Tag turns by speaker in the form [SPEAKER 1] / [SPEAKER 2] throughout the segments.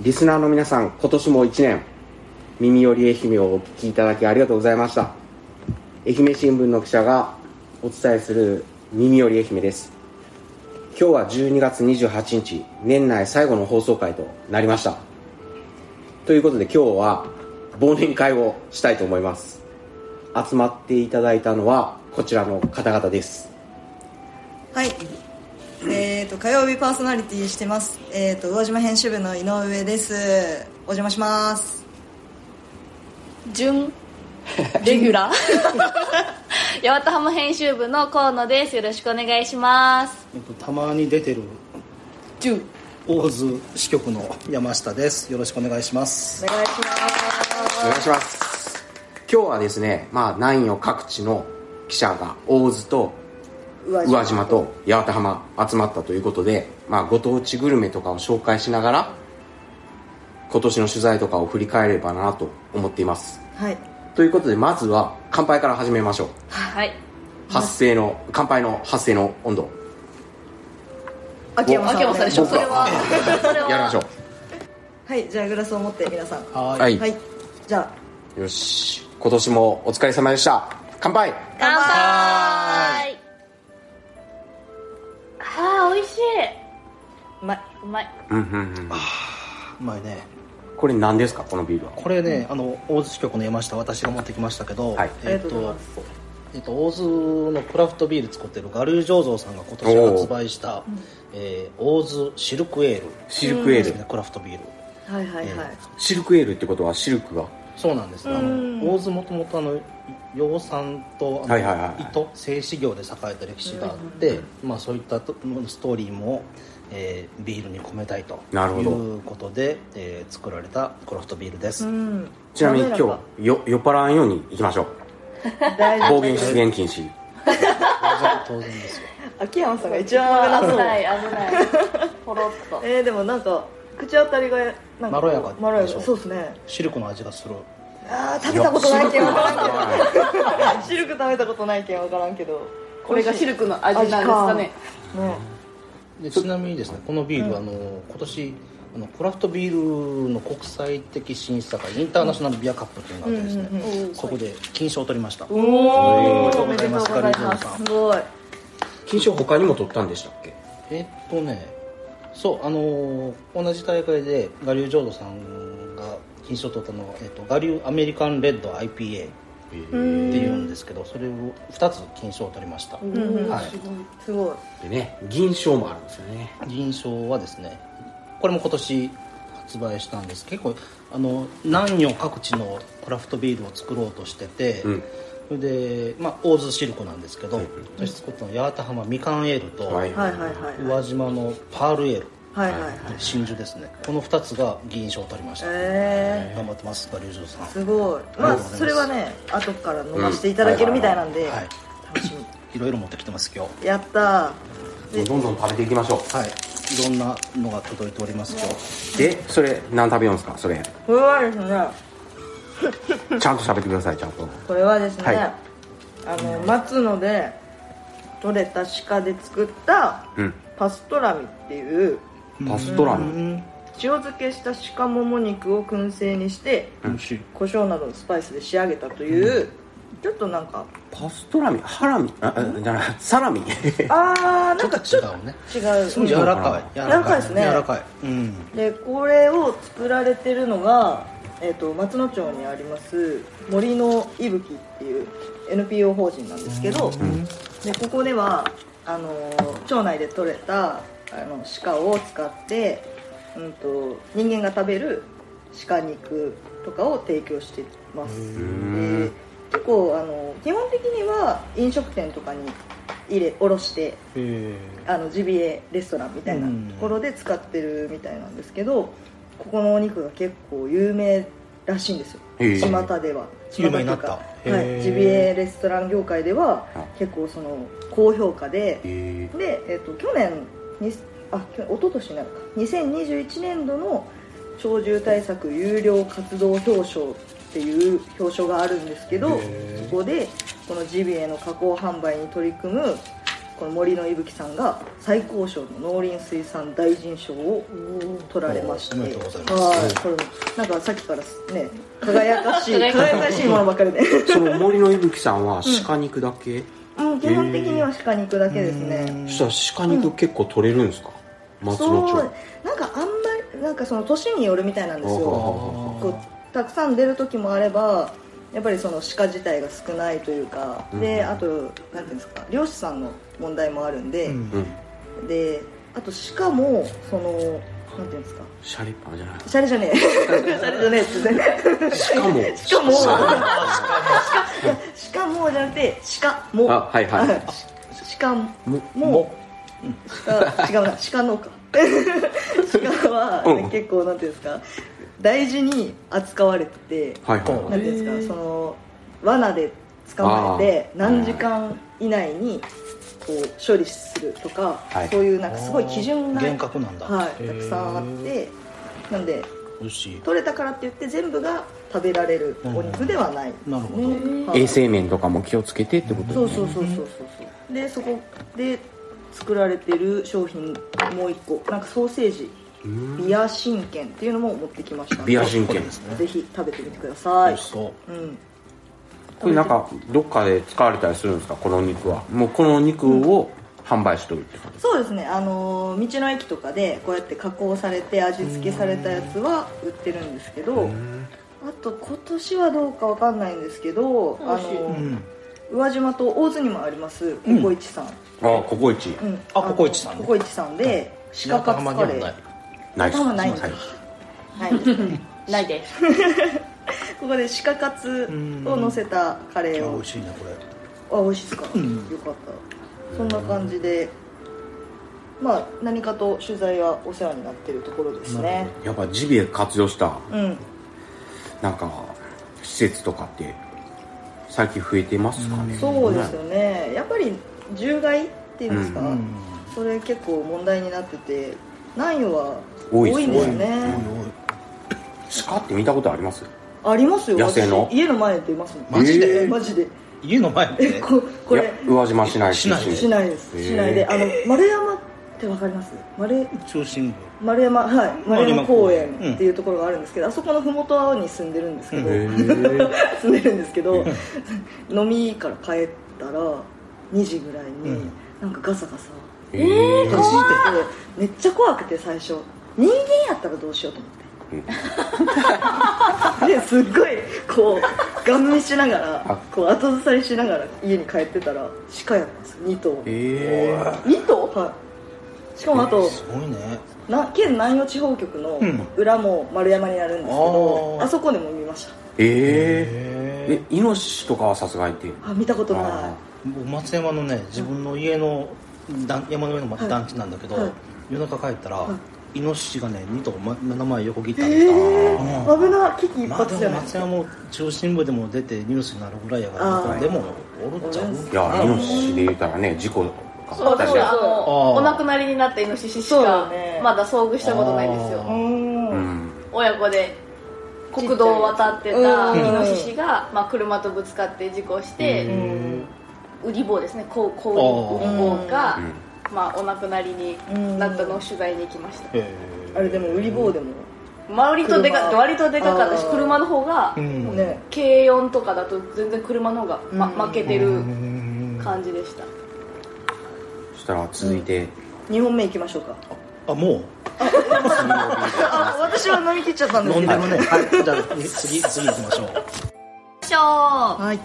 [SPEAKER 1] リスナーの皆さん今年も1年耳より愛媛をお聞きいただきありがとうございました愛媛新聞の記者がお伝えする耳より愛媛です今日は12月28日年内最後の放送回となりましたということで今日は忘年会をしたいと思います集まっていただいたのはこちらの方々です
[SPEAKER 2] はい。えっ、と火曜日パーソナリティしてます。えっ、と宇和島編集部の井上です。お邪魔します。
[SPEAKER 3] 準レギュラー八幡浜編集部の河野ですよろしくお願いします
[SPEAKER 4] えっと、たまに出てる
[SPEAKER 3] 準
[SPEAKER 4] 大津支局の山下ですよろしくお願いします
[SPEAKER 2] お願いします。
[SPEAKER 1] お願いします今日はですねまあ南予各地の記者が大津と
[SPEAKER 2] 宇
[SPEAKER 1] 宇和島と八幡浜集まったということで、まあ、ご当地グルメとかを紹介しながら今年の取材とかを振り返ればなと思っています
[SPEAKER 2] はい。
[SPEAKER 1] ということでまずは乾杯から始めましょう
[SPEAKER 3] はい
[SPEAKER 1] 発生の乾杯の発生の温度
[SPEAKER 2] 秋山さん。
[SPEAKER 3] 秋山さんでしょそれはそれは
[SPEAKER 1] やりましょう
[SPEAKER 2] はい。じゃあグラスを持って皆さん。は
[SPEAKER 4] はーい
[SPEAKER 1] はい、
[SPEAKER 2] い。じゃ
[SPEAKER 1] よし今年もお疲れ様でした乾杯
[SPEAKER 3] 乾杯あー美味しいう
[SPEAKER 2] まいう
[SPEAKER 3] まい
[SPEAKER 1] うんうんうん
[SPEAKER 4] うまいね
[SPEAKER 1] これ何ですかこのビールは
[SPEAKER 4] これね、あの大津支局の山下私が持ってきましたけど、
[SPEAKER 1] はい
[SPEAKER 4] え
[SPEAKER 2] ありがとうござい
[SPEAKER 4] と
[SPEAKER 2] ます
[SPEAKER 4] えっと、大津のクラフトビール作ってるガルー醸造さんが今年発売した、えー大津シルクエール
[SPEAKER 1] シルクエー
[SPEAKER 4] で
[SPEAKER 1] ル、
[SPEAKER 4] すねクラフトビール
[SPEAKER 2] はいはいはい。
[SPEAKER 1] シルクエールってことはシルクが
[SPEAKER 4] そうなんです、あの大津もともとあの養蚕とあの
[SPEAKER 1] はいはいはいはい
[SPEAKER 4] 糸製糸業で栄えた歴史があって、まあ、そういったとストーリーも、えービールに込めたいと
[SPEAKER 1] なるほど
[SPEAKER 4] いうことで、えー作られたクラフトビールです、
[SPEAKER 2] うん。
[SPEAKER 1] ちなみに今
[SPEAKER 2] 滑らか
[SPEAKER 1] 日よ酔っ払わんように行きましょう
[SPEAKER 2] 大丈
[SPEAKER 1] 暴
[SPEAKER 2] 夫。
[SPEAKER 1] 言出現禁止
[SPEAKER 4] 当然当然ですよ
[SPEAKER 2] 秋山さんが一番危
[SPEAKER 3] 危
[SPEAKER 2] な
[SPEAKER 3] な
[SPEAKER 2] そう。
[SPEAKER 3] い危ないポロッと
[SPEAKER 2] えー、でもなんか口当たりがなんか
[SPEAKER 4] まろやか
[SPEAKER 2] まろや
[SPEAKER 4] でし
[SPEAKER 2] か。
[SPEAKER 4] ょ
[SPEAKER 2] そうですね。
[SPEAKER 4] シルクの味がする
[SPEAKER 2] ああ食べたことないけど。
[SPEAKER 1] はい
[SPEAKER 2] シルク食べたことないけん分からんけど
[SPEAKER 3] これがシルクの味なんですかね
[SPEAKER 2] 味かね
[SPEAKER 4] でちなみにですねこのビール、あの今年あのクラフトビールの国際的審査会インターナショナルビアカップというのがあってですね、そこで金賞を取りました、
[SPEAKER 2] お
[SPEAKER 4] おめで
[SPEAKER 2] お
[SPEAKER 4] と
[SPEAKER 2] お
[SPEAKER 4] う
[SPEAKER 2] め
[SPEAKER 4] ご
[SPEAKER 2] でと
[SPEAKER 4] ざいう
[SPEAKER 2] ご
[SPEAKER 4] ます
[SPEAKER 2] ざいま
[SPEAKER 4] ガリゾウさ
[SPEAKER 2] す
[SPEAKER 4] ん
[SPEAKER 2] すごい
[SPEAKER 1] 金賞他にも取ったんでしたっけ
[SPEAKER 4] えっとねそうあのー同じ大会で我流浄土さんが金賞を取ったのが、えっと、我流アメリカンレッド IPA っていうんですけどそれを2つ金賞を取りました、はい、
[SPEAKER 2] すごい
[SPEAKER 1] でね銀賞もあるんですよね
[SPEAKER 4] 銀賞はですねこれも今年発売したんです結構あの南予各地のクラフトビールを作ろうとしてて、
[SPEAKER 1] うん
[SPEAKER 4] それで、まあ、大津シルクなんですけど、私作ったのは八幡浜みかんエールと、
[SPEAKER 1] はい
[SPEAKER 2] はいはいはい
[SPEAKER 4] 宇和島のパールエール
[SPEAKER 2] はいはいはい
[SPEAKER 4] 真珠ですねこの2つが銀賞を取りました、
[SPEAKER 2] え
[SPEAKER 4] 頑張ってますガリュウジョウさん
[SPEAKER 2] ーすごいまあそれはね後から飲ませていただけるみたいなんで
[SPEAKER 4] はい
[SPEAKER 2] 楽し
[SPEAKER 4] いろいろ持ってきてます今日
[SPEAKER 2] みやった
[SPEAKER 1] もうどんどん食べていきましょ
[SPEAKER 4] はいいろんなのが届いております今日
[SPEAKER 1] うでそれ何食べようんですかそれ
[SPEAKER 2] ーこれはですね
[SPEAKER 1] ちゃんと喋ってくださいちゃんと
[SPEAKER 2] これはですね、
[SPEAKER 1] はい
[SPEAKER 2] あの松野で採れた鹿で作った
[SPEAKER 1] うん
[SPEAKER 2] パストラミっていう
[SPEAKER 1] パストラミ
[SPEAKER 2] 塩漬けした鹿もも肉を燻製にして
[SPEAKER 4] 美味しい
[SPEAKER 2] 胡椒などのスパイスで仕上げたという、ちょっとなんか
[SPEAKER 1] パストラミハラミああじゃないサラ ミ
[SPEAKER 2] あーなんか
[SPEAKER 4] ちょっと違うね
[SPEAKER 2] 違う
[SPEAKER 4] すごい柔らかい
[SPEAKER 2] 柔らかいですね
[SPEAKER 4] 柔らかいうん
[SPEAKER 2] でこれを作られてるのが、えー、と松野町にあります森の息吹っていう NPO 法人なんですけど、でここではあのー町内で採れたあの鹿を使って、うん、と人間が食べる鹿肉とかを提供してます
[SPEAKER 1] ん
[SPEAKER 2] で結構あの基本的には飲食店とかに入れ卸して
[SPEAKER 4] え
[SPEAKER 2] あのジビエレストランみたいなところで使ってるみたいなんですけど、ここのお肉が結構有名らしいんですよ
[SPEAKER 1] へえ
[SPEAKER 2] 巷では
[SPEAKER 4] 有名になった
[SPEAKER 2] 巷ていうか
[SPEAKER 4] へ
[SPEAKER 2] は
[SPEAKER 4] え
[SPEAKER 2] い、ジビエレストラン業界では
[SPEAKER 1] あ
[SPEAKER 2] 結構その高評価で
[SPEAKER 1] えー
[SPEAKER 2] で、えっと去年にあ去年一昨年になるか2021年度の鳥獣対策有料活動表彰っていう表彰があるんですけどそこでこのジビエの加工販売に取り組むこの森の伊吹さんが最高賞の農林水産大臣賞を取られまして
[SPEAKER 4] おめでとうございます
[SPEAKER 2] はいこれなんかさっきからね輝かしい
[SPEAKER 3] 輝かしい
[SPEAKER 2] 輝かしいものばっかりで、
[SPEAKER 1] その森の伊吹さんは鹿肉だけ、
[SPEAKER 2] うん、基本的には鹿肉だけですね
[SPEAKER 1] そしたら鹿肉結構取れるんですか、松野町
[SPEAKER 2] そうなんかあんまりなんかその年によるみたいなんです
[SPEAKER 1] あ
[SPEAKER 2] よ
[SPEAKER 1] ー
[SPEAKER 2] こうたくさん出る時もあればやっぱりその鹿自体が少ないというか、であとなんていうんですか漁師さんの問題もあるんで、
[SPEAKER 4] うん
[SPEAKER 1] うん
[SPEAKER 2] であと鹿もそのなんていうんですか
[SPEAKER 1] シャリパンじゃない
[SPEAKER 2] シャレじ ゃねえシャレじゃねえっつってね
[SPEAKER 1] しかも
[SPEAKER 2] しかもしかもじゃなくて鹿も
[SPEAKER 1] あはいはい
[SPEAKER 2] 鹿も
[SPEAKER 1] も
[SPEAKER 2] も鹿違うな鹿農家 鹿は、
[SPEAKER 1] うん
[SPEAKER 2] 結構なんていうんですか大事に扱われてて
[SPEAKER 1] はいはい
[SPEAKER 2] なんていうんですかその罠で捕まえて
[SPEAKER 1] あー
[SPEAKER 2] 何時間以内にこう処理するとか、
[SPEAKER 1] はい
[SPEAKER 2] そういうなんかすごい基準が、
[SPEAKER 4] 厳格なんだ
[SPEAKER 2] はい、たくさんあってなんで
[SPEAKER 4] 美味しい
[SPEAKER 2] 取れたからって言って全部が食べられるお肉ではない、
[SPEAKER 4] なるほど
[SPEAKER 2] はい
[SPEAKER 1] 衛生面とかも気をつけてってこと
[SPEAKER 2] そうそうそうそうそうそうでそこで作られてる商品もう一個なんかソーセージビア神剣っていうのも持ってきましたんで
[SPEAKER 1] ビア神
[SPEAKER 4] これ
[SPEAKER 1] 剣
[SPEAKER 4] ですね
[SPEAKER 2] ぜひ食べてみてくださ
[SPEAKER 4] 美
[SPEAKER 2] い
[SPEAKER 4] 味しそう
[SPEAKER 2] うん
[SPEAKER 1] これなんかどっかで使われたりするんですかこの肉はもうこの肉を販売しとるって感じ
[SPEAKER 2] そうですねあのー道の駅とかでこうやって加工されて味付けされたやつは売ってるんですけどあと今年はどうかわかんないんですけどあの
[SPEAKER 4] う
[SPEAKER 2] ー
[SPEAKER 4] ん
[SPEAKER 2] 宇和島と大津にもありますココイチさん、
[SPEAKER 1] ああココイチ
[SPEAKER 2] うん
[SPEAKER 4] あココイチさんね
[SPEAKER 2] ココイチさんで鹿カツカレー
[SPEAKER 1] ナイス
[SPEAKER 2] 頭ないんだはい、
[SPEAKER 3] ないです
[SPEAKER 2] ここで鹿カツを乗せたカレー
[SPEAKER 4] あ美
[SPEAKER 2] を
[SPEAKER 4] 味しいねこれ
[SPEAKER 2] あ美味しいですか、
[SPEAKER 4] ん
[SPEAKER 2] よかったそんな感じでまあ何かと取材はお世話になってるところですね
[SPEAKER 1] やっぱジビエ活用した
[SPEAKER 2] うん
[SPEAKER 1] なんか施設とかって最近増えてますかね
[SPEAKER 2] そうですよねやっぱり獣害っていうんですか、
[SPEAKER 4] うん
[SPEAKER 2] それ結構問題になってて南予は
[SPEAKER 1] 多
[SPEAKER 2] 多
[SPEAKER 1] いっす
[SPEAKER 2] いんですよね
[SPEAKER 1] 鹿って見たことあります
[SPEAKER 2] ありますよ
[SPEAKER 1] 野生の
[SPEAKER 2] 私家の前でいますもん
[SPEAKER 4] マジで
[SPEAKER 2] えーマジで
[SPEAKER 4] 家の前で
[SPEAKER 2] えここ
[SPEAKER 1] いや
[SPEAKER 2] れ
[SPEAKER 1] 宇和島市内
[SPEAKER 4] 市内
[SPEAKER 2] しないです、
[SPEAKER 1] へー
[SPEAKER 2] しないであの丸山ってわかります丸
[SPEAKER 4] 中心部
[SPEAKER 2] 丸山はい丸山公
[SPEAKER 4] 丸山公園
[SPEAKER 2] 園っていうところがあるんですけど、あそこの麓に住んでるんですけど、
[SPEAKER 1] へー
[SPEAKER 2] 住んでるんですけど 飲みから帰ったら2時ぐらいに、
[SPEAKER 4] うん
[SPEAKER 2] なんかガサガサ
[SPEAKER 1] えー
[SPEAKER 2] ガシってめっちゃ怖くて最初人間やったらどうしようと思って、 ですっごいこうガン見しなが
[SPEAKER 1] あ
[SPEAKER 2] らこう後ずさりしながら家に帰ってたら鹿やったんですよ2頭
[SPEAKER 1] えー
[SPEAKER 2] 2頭はいしかもあと
[SPEAKER 4] すごいね
[SPEAKER 2] な県南予地方局の
[SPEAKER 4] うん
[SPEAKER 2] 裏も丸山になるんですけど、
[SPEAKER 4] あー
[SPEAKER 2] あそこでも見ました
[SPEAKER 1] えー
[SPEAKER 4] へ
[SPEAKER 1] えイノシシとかはさすがにいて
[SPEAKER 2] あ見たことない
[SPEAKER 1] あ
[SPEAKER 4] え松山のね自分の家の団山の上の団地なんだけど、
[SPEAKER 2] はいはい
[SPEAKER 4] 夜中帰ったら、
[SPEAKER 2] は
[SPEAKER 4] イノシシがね2頭、ま、目の前横切った
[SPEAKER 2] え
[SPEAKER 4] んだよ
[SPEAKER 2] ー
[SPEAKER 4] うん
[SPEAKER 2] 危な危機一
[SPEAKER 4] まあ
[SPEAKER 2] 発じ
[SPEAKER 4] で
[SPEAKER 2] ゃ
[SPEAKER 4] も
[SPEAKER 2] ない
[SPEAKER 4] 松山も中心部でも出てニュースになるぐらいやから
[SPEAKER 2] あー
[SPEAKER 4] でもおるっちゃう
[SPEAKER 1] いやイノシシで言うたらね事故があ
[SPEAKER 3] そう
[SPEAKER 1] った
[SPEAKER 3] 私
[SPEAKER 1] り
[SPEAKER 3] はあの
[SPEAKER 4] あー
[SPEAKER 3] お亡くなりになったイノシシし
[SPEAKER 2] そう
[SPEAKER 3] か
[SPEAKER 2] だね
[SPEAKER 3] まだ遭遇したことないんです
[SPEAKER 4] あ
[SPEAKER 3] よ
[SPEAKER 4] ー
[SPEAKER 1] う
[SPEAKER 2] うん
[SPEAKER 1] ん
[SPEAKER 3] 親子で国道を渡ってた
[SPEAKER 2] ちっちゃい
[SPEAKER 3] イノシシが、まあ、車とぶつかって事故して、ウリ坊ですねこうこう
[SPEAKER 4] あ
[SPEAKER 3] ウ
[SPEAKER 4] ー
[SPEAKER 3] リ坊が、
[SPEAKER 1] うん
[SPEAKER 3] まあ、お亡くなりになったのを取材に行きました、
[SPEAKER 4] へえ
[SPEAKER 2] あれでも売り棒でも
[SPEAKER 3] 割とでか
[SPEAKER 2] 車
[SPEAKER 3] 割とでかかったし
[SPEAKER 2] あー
[SPEAKER 3] 車の方が、
[SPEAKER 4] うん
[SPEAKER 2] ね
[SPEAKER 3] 軽4とかだと全然車の方が、ま
[SPEAKER 2] うん
[SPEAKER 3] 負けてる
[SPEAKER 4] うん
[SPEAKER 3] 感じでした、
[SPEAKER 1] そしたら続いて
[SPEAKER 2] 2本目行きましょうか
[SPEAKER 4] あもう
[SPEAKER 2] あ私は飲み切っちゃったんです
[SPEAKER 4] 飲ん
[SPEAKER 2] け
[SPEAKER 4] で
[SPEAKER 2] ど
[SPEAKER 4] るねはいじゃあ次次行きましょう
[SPEAKER 3] しょ
[SPEAKER 2] はい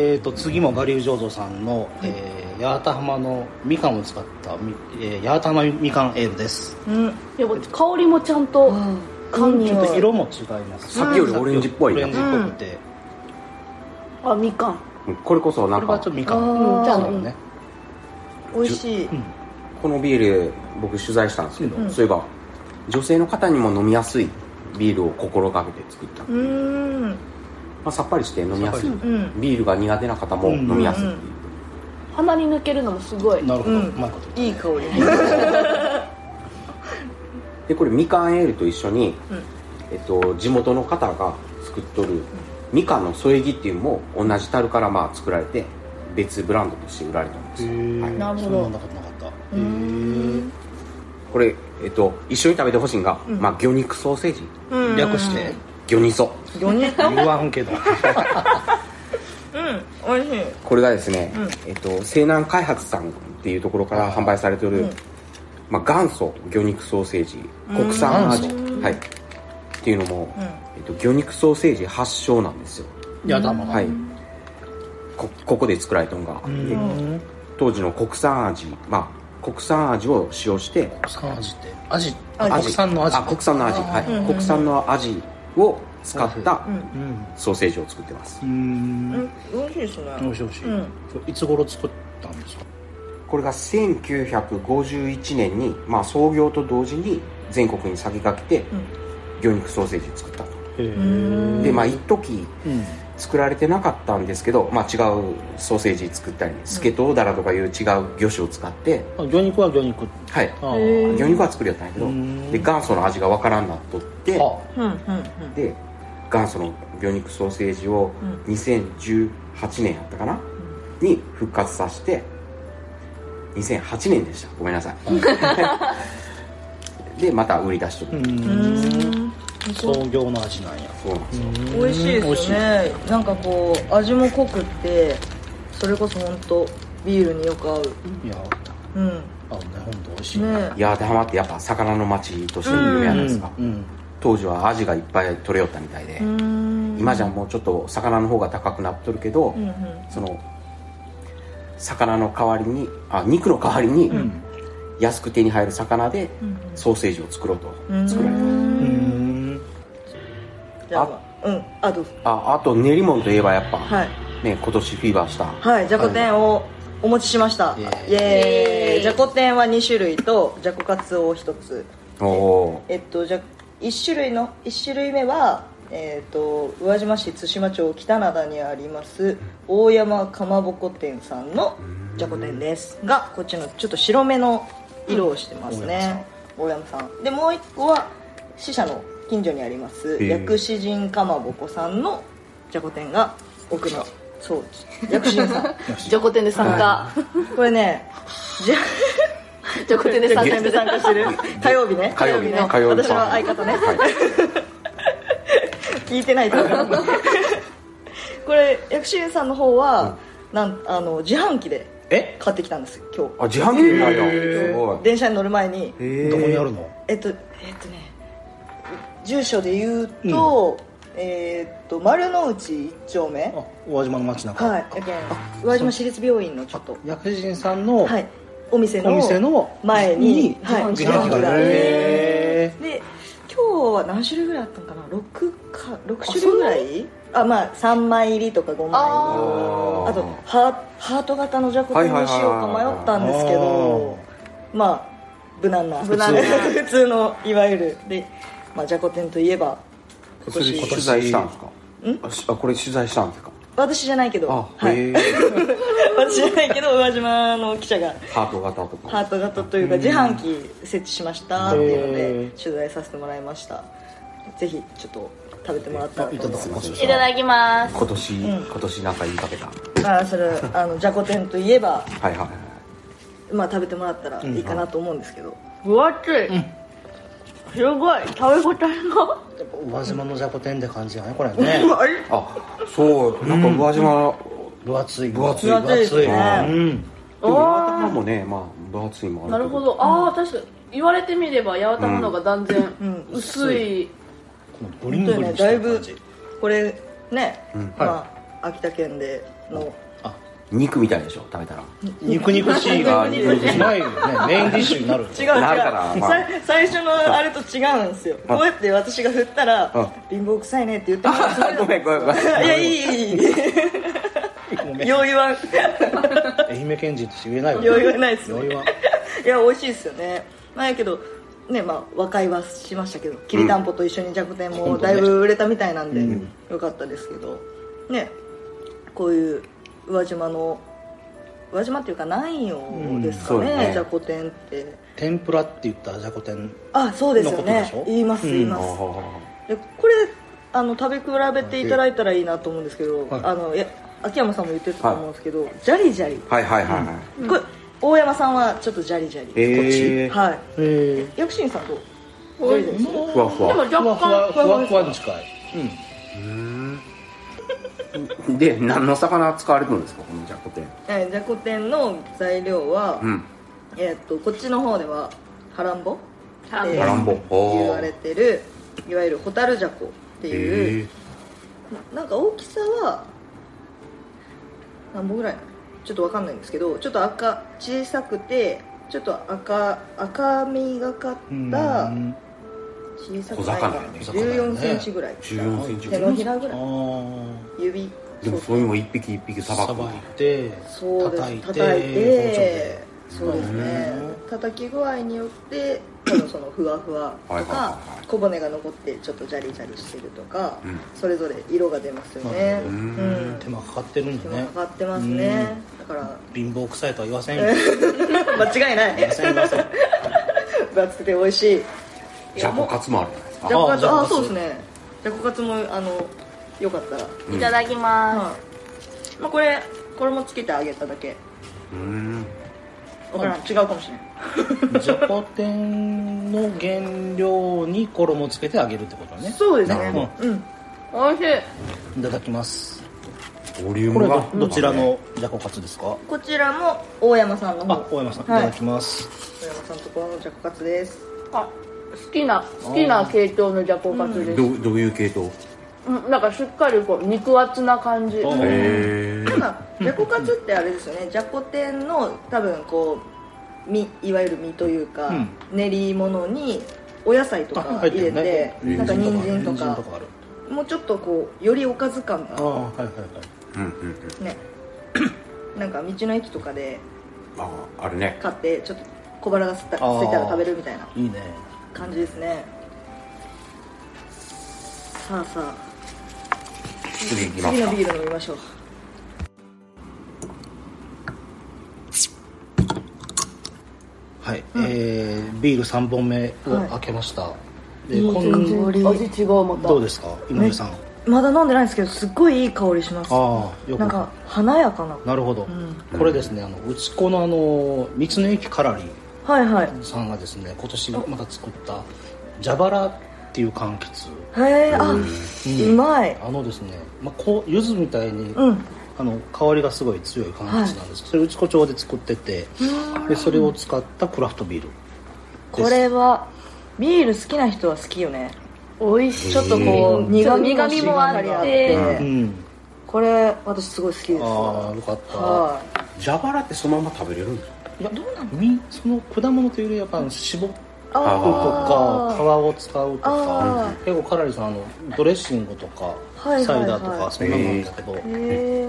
[SPEAKER 4] えー、と次も我流醸造さんの、えー八幡浜のみかんを使ったみ、えー八幡浜みかんエールです
[SPEAKER 2] うん
[SPEAKER 3] うやっぱ香りもちゃんと
[SPEAKER 2] 感
[SPEAKER 4] ち
[SPEAKER 2] じ
[SPEAKER 4] ょっと
[SPEAKER 2] と色
[SPEAKER 4] 色も違います
[SPEAKER 1] さっきよりオレンジっぽい
[SPEAKER 4] オレンジっぽくて、
[SPEAKER 3] あみかん
[SPEAKER 1] これこそな
[SPEAKER 4] これ
[SPEAKER 1] ん
[SPEAKER 4] は
[SPEAKER 1] か
[SPEAKER 4] ちょっとみかん
[SPEAKER 2] あー
[SPEAKER 4] そうだね、
[SPEAKER 2] 美味しい
[SPEAKER 1] このビール僕取材したんですけど、
[SPEAKER 4] うん
[SPEAKER 1] そういえば女性の方にも飲みやすいビールを心がけて作った、
[SPEAKER 2] う
[SPEAKER 1] ま
[SPEAKER 2] ん
[SPEAKER 1] あ、さっぱりして飲みやすい、
[SPEAKER 4] さっぱ
[SPEAKER 2] うん
[SPEAKER 1] ビールが苦手な方も飲みやすいっていう、
[SPEAKER 3] 鼻に抜けるのもすごい
[SPEAKER 4] なるほど、
[SPEAKER 2] うん
[SPEAKER 4] うまいこと
[SPEAKER 2] いい香り
[SPEAKER 1] でこれみかんエールと一緒に、
[SPEAKER 2] うん
[SPEAKER 1] えっと、地元の方が作っとるみかんの添え木っていうのも同じ樽からまあ作られて別ブランドとして売られたんですよ、はい
[SPEAKER 3] なるほど
[SPEAKER 4] それはなかったなかったへえ
[SPEAKER 1] これ、えっと、一緒に食べてほしいんが、まあ、魚肉ソーセージ
[SPEAKER 4] 略して
[SPEAKER 1] 魚味噌
[SPEAKER 2] 4人
[SPEAKER 4] 言わんけ ど
[SPEAKER 2] うん美味しい
[SPEAKER 1] これがですね、えっと、西南開発さんっていうところから販売されている、まあ、元祖魚肉ソーセージ国産味、はい、っていうのも、えっと、魚肉ソーセージ発祥なんですよ、
[SPEAKER 4] やだまだ
[SPEAKER 1] はいこここで作られたのが、
[SPEAKER 4] うん
[SPEAKER 1] 当時の国産味まあ国産味を使用して
[SPEAKER 4] 国産味って味
[SPEAKER 2] 味
[SPEAKER 4] 国産の味
[SPEAKER 1] あ国産の味はい、国産の味を使った
[SPEAKER 4] うん
[SPEAKER 1] ソーセージを作ってます、
[SPEAKER 4] うん
[SPEAKER 2] 美味しいですね
[SPEAKER 4] 美味しい美味しい、
[SPEAKER 2] うん
[SPEAKER 4] これいつ頃作ったんですか
[SPEAKER 1] これが1951年に、まあ、創業と同時に全国に先駆けて魚肉ソーセージを作ったと、
[SPEAKER 4] へえ
[SPEAKER 1] でまあ一時
[SPEAKER 4] うん
[SPEAKER 1] 作られてなかったんですけど、まあ、違うソーセージ作ったりスケトウダラとかいう違う魚種を使って、
[SPEAKER 4] あ魚肉は魚肉
[SPEAKER 1] はい
[SPEAKER 4] ああ
[SPEAKER 1] 魚肉は作りやったんやけど
[SPEAKER 4] うん
[SPEAKER 1] で元祖の味がわからんなっとって
[SPEAKER 4] あ
[SPEAKER 2] うんうん
[SPEAKER 1] で元祖の魚肉ソーセージを2018年やったかな、に復活させて2008年でしたごめんなさい でまた売り出しと
[SPEAKER 4] う
[SPEAKER 1] る、
[SPEAKER 4] ん
[SPEAKER 2] うん
[SPEAKER 4] 創業の味なんや
[SPEAKER 1] そうなんですよ
[SPEAKER 2] 美味しいですよねなんかこう味も濃くってそれこそ本当ビールによく合う
[SPEAKER 4] 美味しいいや
[SPEAKER 2] うん
[SPEAKER 4] あね本当美味しい
[SPEAKER 2] ね
[SPEAKER 1] 八幡浜ってやっぱ魚の町として有名じゃないですか、
[SPEAKER 4] うんうん
[SPEAKER 1] 当時はアジがいっぱい取れよったみたいで、
[SPEAKER 2] うん
[SPEAKER 1] 今じゃもうちょっと魚の方が高くなっとるけど、
[SPEAKER 2] うんうん
[SPEAKER 1] その魚の代わりにあ肉の代わりに
[SPEAKER 4] ん
[SPEAKER 1] 安く手に入る魚で
[SPEAKER 2] ん
[SPEAKER 1] ソーセージを作ろうと
[SPEAKER 2] うん
[SPEAKER 1] 作られた、
[SPEAKER 4] うん
[SPEAKER 2] じゃあまあうんあどうぞ
[SPEAKER 1] ああと練り物といえばやっぱ、
[SPEAKER 2] はい
[SPEAKER 1] ね、今年フィーバーした、
[SPEAKER 2] はいじゃこ天をお持ちしました
[SPEAKER 4] イエーイ
[SPEAKER 2] イエ
[SPEAKER 3] イエー
[SPEAKER 2] ー
[SPEAKER 3] イ
[SPEAKER 2] イじゃこ天は2種類とじゃこカツを1つ
[SPEAKER 1] おお
[SPEAKER 2] えっとじゃ1種類の一種類目はえっと宇和島市津島町北灘にあります大山かまぼこ店さんのじゃこ天ですがこっちのちょっと白目の色をしてますね、大山さんでもう1個は死者の近所にあります
[SPEAKER 1] へえ
[SPEAKER 2] 薬師神かまぼこさんのじゃこ天が奥のそう薬師 神さん
[SPEAKER 3] ジョコ店で参加
[SPEAKER 2] これねじゃ
[SPEAKER 3] ジョコ店で 参加して
[SPEAKER 2] 参加してる火曜日ね
[SPEAKER 1] 火曜日ね火曜日
[SPEAKER 2] 私の相方ね、
[SPEAKER 1] はい
[SPEAKER 2] 聞いてないと思うこれ薬師園さんの方は、なんあの自販機で
[SPEAKER 4] え
[SPEAKER 2] 買ってきたんですよ今
[SPEAKER 1] あ自販機で買えたすごい
[SPEAKER 2] 日電車に乗る前に
[SPEAKER 1] え
[SPEAKER 4] どこにあるの
[SPEAKER 2] えっとえっとね住所で言うと、えっと丸の内一丁目
[SPEAKER 4] あ宇和島の街中
[SPEAKER 2] はいやけん宇和島市立病院のちょっと
[SPEAKER 4] 薬師神さんの
[SPEAKER 2] はいお店の
[SPEAKER 4] お店の
[SPEAKER 2] 前にはい
[SPEAKER 4] 自販機
[SPEAKER 2] 自販機が
[SPEAKER 4] が
[SPEAKER 2] あ
[SPEAKER 4] あ
[SPEAKER 2] る
[SPEAKER 4] るへ
[SPEAKER 2] で今日は何種類ぐらいあったのかな6か六種類ぐらいあまあ3枚入りとか5枚入り
[SPEAKER 1] あ
[SPEAKER 2] あ
[SPEAKER 1] ー
[SPEAKER 2] とハーハート型のじゃこ天にしようか迷ったんですけ
[SPEAKER 4] はいはいはいはい
[SPEAKER 2] どまあ無難な
[SPEAKER 3] 無難 な
[SPEAKER 2] 普通のいわゆるで、まあ、じゃこ天といえば
[SPEAKER 1] それ取材したんですかあしあこれ取材したんですか
[SPEAKER 2] 私じゃないけど、
[SPEAKER 1] あ、
[SPEAKER 2] はい、
[SPEAKER 1] へえ
[SPEAKER 2] 私じゃないけど宇和島の記者が
[SPEAKER 1] ハート型とか
[SPEAKER 2] ハート型というか自販機設置しましたっていうの
[SPEAKER 4] へ
[SPEAKER 2] で
[SPEAKER 4] ー
[SPEAKER 2] 取材させてもらいましたぜひちょっと食べてもらったら
[SPEAKER 4] あいただきます
[SPEAKER 3] いただきます
[SPEAKER 1] 今年、今年なんか言いかけたはい
[SPEAKER 2] あそれあのじゃこ天といえば、
[SPEAKER 1] はいはい
[SPEAKER 2] まあ、食べてもらったらいいかなと思うんですけど、分厚い、すごい食べ応え
[SPEAKER 4] やっぱ宇和島のじゃこ天って感じやねこれ
[SPEAKER 2] が
[SPEAKER 4] ね
[SPEAKER 2] うわあれ
[SPEAKER 1] あそうなんか宇和島、
[SPEAKER 4] 分厚い
[SPEAKER 1] 分厚い
[SPEAKER 2] 分厚いですね
[SPEAKER 4] うん
[SPEAKER 1] でも岩田もねまあ分厚いもある
[SPEAKER 3] なるほどああ確かに言われてみれば八幡の方が断然薄い
[SPEAKER 4] このブリン
[SPEAKER 2] 本当に
[SPEAKER 4] ブリ
[SPEAKER 2] ね
[SPEAKER 4] ンした
[SPEAKER 2] だいぶ
[SPEAKER 4] 感じ
[SPEAKER 2] これね、
[SPEAKER 4] は
[SPEAKER 2] まあ、秋田県での
[SPEAKER 4] あ
[SPEAKER 1] 肉みたいでしょ食べたら
[SPEAKER 4] 肉肉しいがう
[SPEAKER 1] 肉肉しい
[SPEAKER 4] まいよねメインディッシュになる
[SPEAKER 2] 違う違う、
[SPEAKER 1] なるからまあ
[SPEAKER 2] さい最初のあれと違うんですよこうやって私が振ったら
[SPEAKER 1] うん
[SPEAKER 2] 「貧乏臭いね」って言ってもら
[SPEAKER 1] あごめんごめんごめん
[SPEAKER 2] いやいいいいい
[SPEAKER 4] ごめ
[SPEAKER 2] い
[SPEAKER 4] ん
[SPEAKER 2] よう言わんよ
[SPEAKER 4] 愛媛県人として言えないわ
[SPEAKER 2] う言わないですね
[SPEAKER 4] よう言わん
[SPEAKER 2] いや美味しいですよねまあやけどねまあ和解はしましたけどきりたんぽと一緒に弱点もだいぶ売れたみたいなんで、よかったですけどねこういう宇和島の宇和島っていうか南陽ですか
[SPEAKER 1] うんそうだ
[SPEAKER 2] ね
[SPEAKER 1] ね
[SPEAKER 2] じゃこ天って
[SPEAKER 4] 天ぷらって言ったらじゃこ天
[SPEAKER 2] あそうですよ
[SPEAKER 4] のことで
[SPEAKER 2] ね
[SPEAKER 4] しょ
[SPEAKER 2] 言います
[SPEAKER 4] うん
[SPEAKER 2] 言
[SPEAKER 1] あ
[SPEAKER 2] います、
[SPEAKER 1] ー
[SPEAKER 2] でこれあの食べ比べていただいたらいいなと思うんですけど、
[SPEAKER 4] はい
[SPEAKER 2] あのや秋山さんも言ってたと思うんですけど、ジャリジャリ、
[SPEAKER 1] はいはいはいはい、
[SPEAKER 2] これ大山さんはちょっとジャリジャリ、
[SPEAKER 1] えー、
[SPEAKER 2] はい
[SPEAKER 4] え
[SPEAKER 2] 薬師院さんと
[SPEAKER 3] おい
[SPEAKER 2] ジャリジャリ
[SPEAKER 3] もう
[SPEAKER 1] ふわふわ
[SPEAKER 3] でも
[SPEAKER 4] ふわ
[SPEAKER 3] 若干
[SPEAKER 4] ふわふわふわに近い、うん、
[SPEAKER 1] で何の魚使われてるんですかこのじゃこてん
[SPEAKER 2] えーじゃこ天の材料は、
[SPEAKER 1] うん
[SPEAKER 2] えーっとこっちの方ではハランボ
[SPEAKER 3] 多
[SPEAKER 2] え
[SPEAKER 3] 分
[SPEAKER 2] ー
[SPEAKER 1] ハランボ
[SPEAKER 2] って言われてるいわゆるホタルジャコってい
[SPEAKER 1] え
[SPEAKER 2] う、ななんか大きさは何本ぐらいなのちょっとわかんないんですけどちょっと赤小さくてちょっと赤赤みがかった
[SPEAKER 4] うん
[SPEAKER 2] 小さ
[SPEAKER 1] 小
[SPEAKER 2] くないか
[SPEAKER 1] 魚
[SPEAKER 2] な
[SPEAKER 1] やね
[SPEAKER 2] 1 4センチぐらい、
[SPEAKER 1] ー、14センチぐ
[SPEAKER 2] 手
[SPEAKER 1] らい
[SPEAKER 2] のひらぐ
[SPEAKER 4] あ
[SPEAKER 2] らい
[SPEAKER 4] ー
[SPEAKER 2] 指
[SPEAKER 1] でもそういうの一匹一匹さば
[SPEAKER 4] さ
[SPEAKER 1] く
[SPEAKER 4] ばいて
[SPEAKER 2] そうです
[SPEAKER 4] 叩いて
[SPEAKER 2] そう
[SPEAKER 4] 包丁で
[SPEAKER 2] ですね叩き具合によって多分そのふわふわと
[SPEAKER 1] はいはいはい
[SPEAKER 2] か
[SPEAKER 1] はい
[SPEAKER 2] 小骨が残ってちょっとジャリジャリしてるとか、
[SPEAKER 1] うん
[SPEAKER 2] それぞれ色が出ますよ
[SPEAKER 4] な
[SPEAKER 2] ね
[SPEAKER 4] る
[SPEAKER 2] う
[SPEAKER 4] ほど
[SPEAKER 2] ん
[SPEAKER 4] 手間かかってるん
[SPEAKER 2] 手
[SPEAKER 4] だ
[SPEAKER 2] 間
[SPEAKER 4] ね
[SPEAKER 2] かかってますねだから
[SPEAKER 4] 貧乏臭いとは言わせんよ言
[SPEAKER 2] 間違いない
[SPEAKER 4] わせん言わせん
[SPEAKER 2] 分厚くて美味しい
[SPEAKER 1] じゃこカツもあるじゃないですか
[SPEAKER 2] じゃこかつ
[SPEAKER 4] あ
[SPEAKER 2] あ
[SPEAKER 4] あ
[SPEAKER 2] そうですねじゃこかつもあのよかったら、はい
[SPEAKER 3] いただきま
[SPEAKER 2] まあ、これこれもつけてあげただけ
[SPEAKER 1] うーん
[SPEAKER 2] わからん、違うかもしれない
[SPEAKER 4] じゃこ天の原料に衣をつけてあげるってことね
[SPEAKER 2] そうです
[SPEAKER 1] なる
[SPEAKER 2] ね
[SPEAKER 1] ほ。
[SPEAKER 2] うん。
[SPEAKER 3] すおいしい
[SPEAKER 4] いただきます
[SPEAKER 1] ボリュー
[SPEAKER 4] こ
[SPEAKER 1] ム
[SPEAKER 4] れ
[SPEAKER 1] が
[SPEAKER 4] どどちらのじゃこカツですか
[SPEAKER 2] こちらも大山さんの
[SPEAKER 4] あ
[SPEAKER 2] 方。
[SPEAKER 4] 大山さんい
[SPEAKER 2] はい
[SPEAKER 4] ただきます
[SPEAKER 2] 大山さんところのジャコカツです。
[SPEAKER 3] あ好きな好きな系統のじゃこカツです、
[SPEAKER 1] どうどういう系統
[SPEAKER 3] うん、なんかしっかりこう肉厚な感じ
[SPEAKER 4] お
[SPEAKER 3] うん
[SPEAKER 1] へえ
[SPEAKER 2] まあ、ジャコカツってあれですよね。ジャコ天の多分こう身いわゆる身というか、
[SPEAKER 4] うん
[SPEAKER 2] 練り物にお野菜とか
[SPEAKER 4] あ
[SPEAKER 2] 入れて、
[SPEAKER 1] ね
[SPEAKER 2] なんか人参と
[SPEAKER 4] 人参
[SPEAKER 2] か
[SPEAKER 4] とかある
[SPEAKER 2] もうちょっとこうよりおかず感
[SPEAKER 4] ああ
[SPEAKER 2] が
[SPEAKER 4] はいはいはい
[SPEAKER 1] うんうんうん
[SPEAKER 2] ね。 なんか道の駅とかで
[SPEAKER 1] ああるね
[SPEAKER 2] 買ってちょっと小腹がすったついたら食べるみたいない
[SPEAKER 4] いね
[SPEAKER 2] 感じですね。さあさあ。
[SPEAKER 1] 次行きま
[SPEAKER 2] 次
[SPEAKER 1] す
[SPEAKER 2] の
[SPEAKER 1] か
[SPEAKER 2] ビール飲みましょう
[SPEAKER 4] はい、えービール3本目を開けました、でこん
[SPEAKER 3] 味違うまた
[SPEAKER 4] どうですか井上さん、
[SPEAKER 2] まだ飲んでないんですけどすっごいいい香りします
[SPEAKER 4] ああよ
[SPEAKER 2] な
[SPEAKER 4] か
[SPEAKER 2] ん
[SPEAKER 4] った
[SPEAKER 2] か華やかな
[SPEAKER 4] なるほど、
[SPEAKER 2] ん
[SPEAKER 4] これですねあのうちこのあの道の駅カラリー
[SPEAKER 2] はいはい
[SPEAKER 4] さんがですね今年また作った蛇腹っていう柑橘
[SPEAKER 2] へえあうまい
[SPEAKER 4] あのですね、まあ、こう柚子みたいに、
[SPEAKER 2] うん
[SPEAKER 4] あの香りがすごい強い柑橘なんです、それうちこ町で作っててでそれを使ったクラフトビール
[SPEAKER 2] これはビール好きな人は好きよね
[SPEAKER 3] おいしい
[SPEAKER 2] ちょっとこう苦味
[SPEAKER 3] 苦味もあって
[SPEAKER 2] しっかりあっ
[SPEAKER 1] う
[SPEAKER 4] う
[SPEAKER 2] て
[SPEAKER 4] ん
[SPEAKER 2] これ私すごい好きです
[SPEAKER 4] ああよかった、
[SPEAKER 2] は
[SPEAKER 1] 蛇腹ってそのまま食べれるんですか
[SPEAKER 4] い、やどうなのみその果物というよりやっぱあの絞る
[SPEAKER 2] い
[SPEAKER 4] とか皮
[SPEAKER 2] あ
[SPEAKER 4] を使うと
[SPEAKER 2] あ
[SPEAKER 4] か結構カラリさんあのドレッシングとか
[SPEAKER 2] はいはいはい
[SPEAKER 4] サイダーとかそんなもんだけど、
[SPEAKER 2] あへえ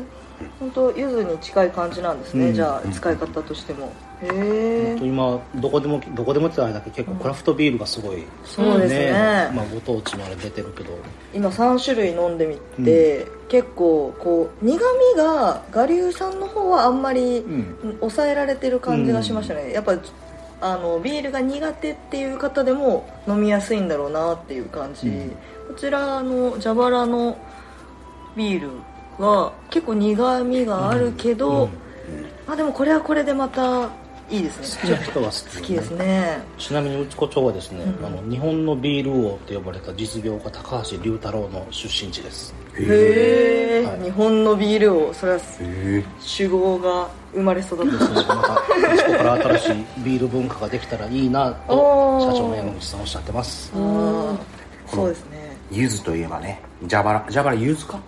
[SPEAKER 2] 本当柚子に近い感じなんです
[SPEAKER 4] う
[SPEAKER 2] ね
[SPEAKER 4] ん
[SPEAKER 2] じゃあ使い方としてもへえ
[SPEAKER 4] と今どこでもどこでもって言われたけど結構クラフトビールがすごい、
[SPEAKER 2] そうですね
[SPEAKER 4] まあ、ご当地のあれ出てるけど
[SPEAKER 2] 今3種類飲んでみて、結構こう苦味が我流さんの方はあんまり
[SPEAKER 4] ん
[SPEAKER 2] 抑えられてる感じがしましたね、やっぱあのビールが苦手っていう方でも飲みやすいんだろうなっていう感じ、
[SPEAKER 4] うん
[SPEAKER 2] こちらの蛇腹のビールは結構苦味があるけど、あでもこれはこれでまたいいです
[SPEAKER 4] 好
[SPEAKER 2] ね
[SPEAKER 4] きな人は好き,、
[SPEAKER 2] 好きですね
[SPEAKER 4] ちなみにうちこ町はですね、
[SPEAKER 2] うん
[SPEAKER 4] あの日本のビール王と呼ばれた実業家高橋龍太郎の出身地です
[SPEAKER 2] へえ、
[SPEAKER 4] はい
[SPEAKER 2] 日本のビールをそれは
[SPEAKER 1] へ
[SPEAKER 2] 酒豪が生まれ育った
[SPEAKER 4] そうそうまたうちこから新しいビール文化ができたらいいなと
[SPEAKER 2] おー
[SPEAKER 4] 社長の山口さんおっしゃってます
[SPEAKER 2] あーそうですね
[SPEAKER 1] ゆずといえばね蛇腹蛇腹ゆずか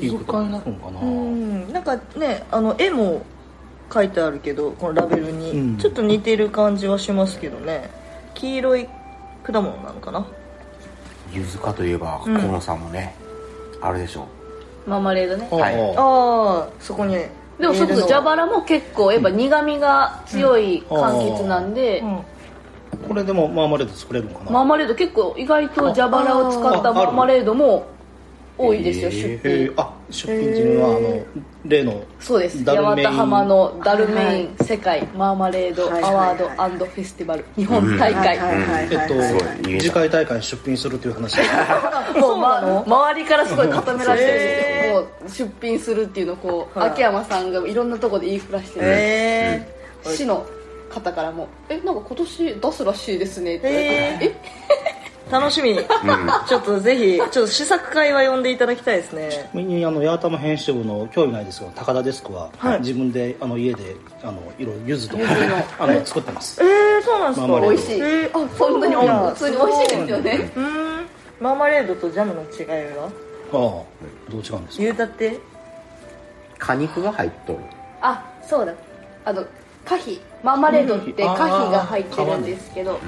[SPEAKER 4] いいかになるのかな、
[SPEAKER 2] うんなんかねあの絵も書いてあるけどこのラベルに、
[SPEAKER 4] うん
[SPEAKER 2] ちょっと似てる感じはしますけどね黄色い果物なのかな
[SPEAKER 1] ゆずかといえば
[SPEAKER 2] うん
[SPEAKER 1] 河野さんもねあれでしょ
[SPEAKER 3] マーマレードね
[SPEAKER 4] ああ
[SPEAKER 1] はい
[SPEAKER 2] ああそこに
[SPEAKER 3] でもそれこそ蛇腹も結構やっぱ苦味が強い柑橘なんで、
[SPEAKER 2] うん
[SPEAKER 4] これでもマーマレード作れるのかな、
[SPEAKER 3] マーマレード結構意外と蛇腹を使ったマーマレードも多いですよ
[SPEAKER 1] あ
[SPEAKER 3] 出
[SPEAKER 4] え
[SPEAKER 3] 品
[SPEAKER 4] ーあ出品っていうの
[SPEAKER 2] へ
[SPEAKER 4] は、あの例の
[SPEAKER 3] そうです
[SPEAKER 4] ダルメイ
[SPEAKER 3] 八幡
[SPEAKER 4] ン
[SPEAKER 3] 浜のダルメイン世界マーマレード
[SPEAKER 2] はいはい
[SPEAKER 3] ア
[SPEAKER 2] はい
[SPEAKER 3] ワードフェスティバル日本大
[SPEAKER 2] はい
[SPEAKER 3] 会
[SPEAKER 2] はいはい
[SPEAKER 4] えっと、
[SPEAKER 2] はい
[SPEAKER 1] すごい言えた
[SPEAKER 4] 次回大会に出品するという話
[SPEAKER 2] あそうなの
[SPEAKER 3] 周りからすごい固められてるんですよ、の出品するっていうのをこう、
[SPEAKER 2] はい
[SPEAKER 3] 秋山さんがいろんなとこで言いふらしてて、
[SPEAKER 2] えー
[SPEAKER 3] 市の方からも「えなんか今年出すらしいですね」って
[SPEAKER 2] え
[SPEAKER 3] 言われて
[SPEAKER 2] 楽しみに、ちょっとぜひちょっと試作会は呼んでいただきたいですね
[SPEAKER 4] ちなみにあの八幡編集部の今日いないですけど高田デスクは、
[SPEAKER 2] はい
[SPEAKER 4] 自分であの家であのいろいろ柚子とか
[SPEAKER 3] 柚子の
[SPEAKER 4] あの作ってます
[SPEAKER 2] えー、そうなんです
[SPEAKER 4] マーマ
[SPEAKER 2] か
[SPEAKER 3] 「
[SPEAKER 4] レ
[SPEAKER 3] 美
[SPEAKER 4] ー
[SPEAKER 3] 味しい」
[SPEAKER 2] えー
[SPEAKER 3] あそんなに
[SPEAKER 2] そうなんだ
[SPEAKER 3] 普通に美味しいですよね
[SPEAKER 2] うーんマーマレードとジャムの違いは
[SPEAKER 4] ああどう違うんですか
[SPEAKER 2] 言うたって
[SPEAKER 1] 果肉が入っとる
[SPEAKER 3] あそうだあの花皮マーマレードって花皮が入ってるんですけど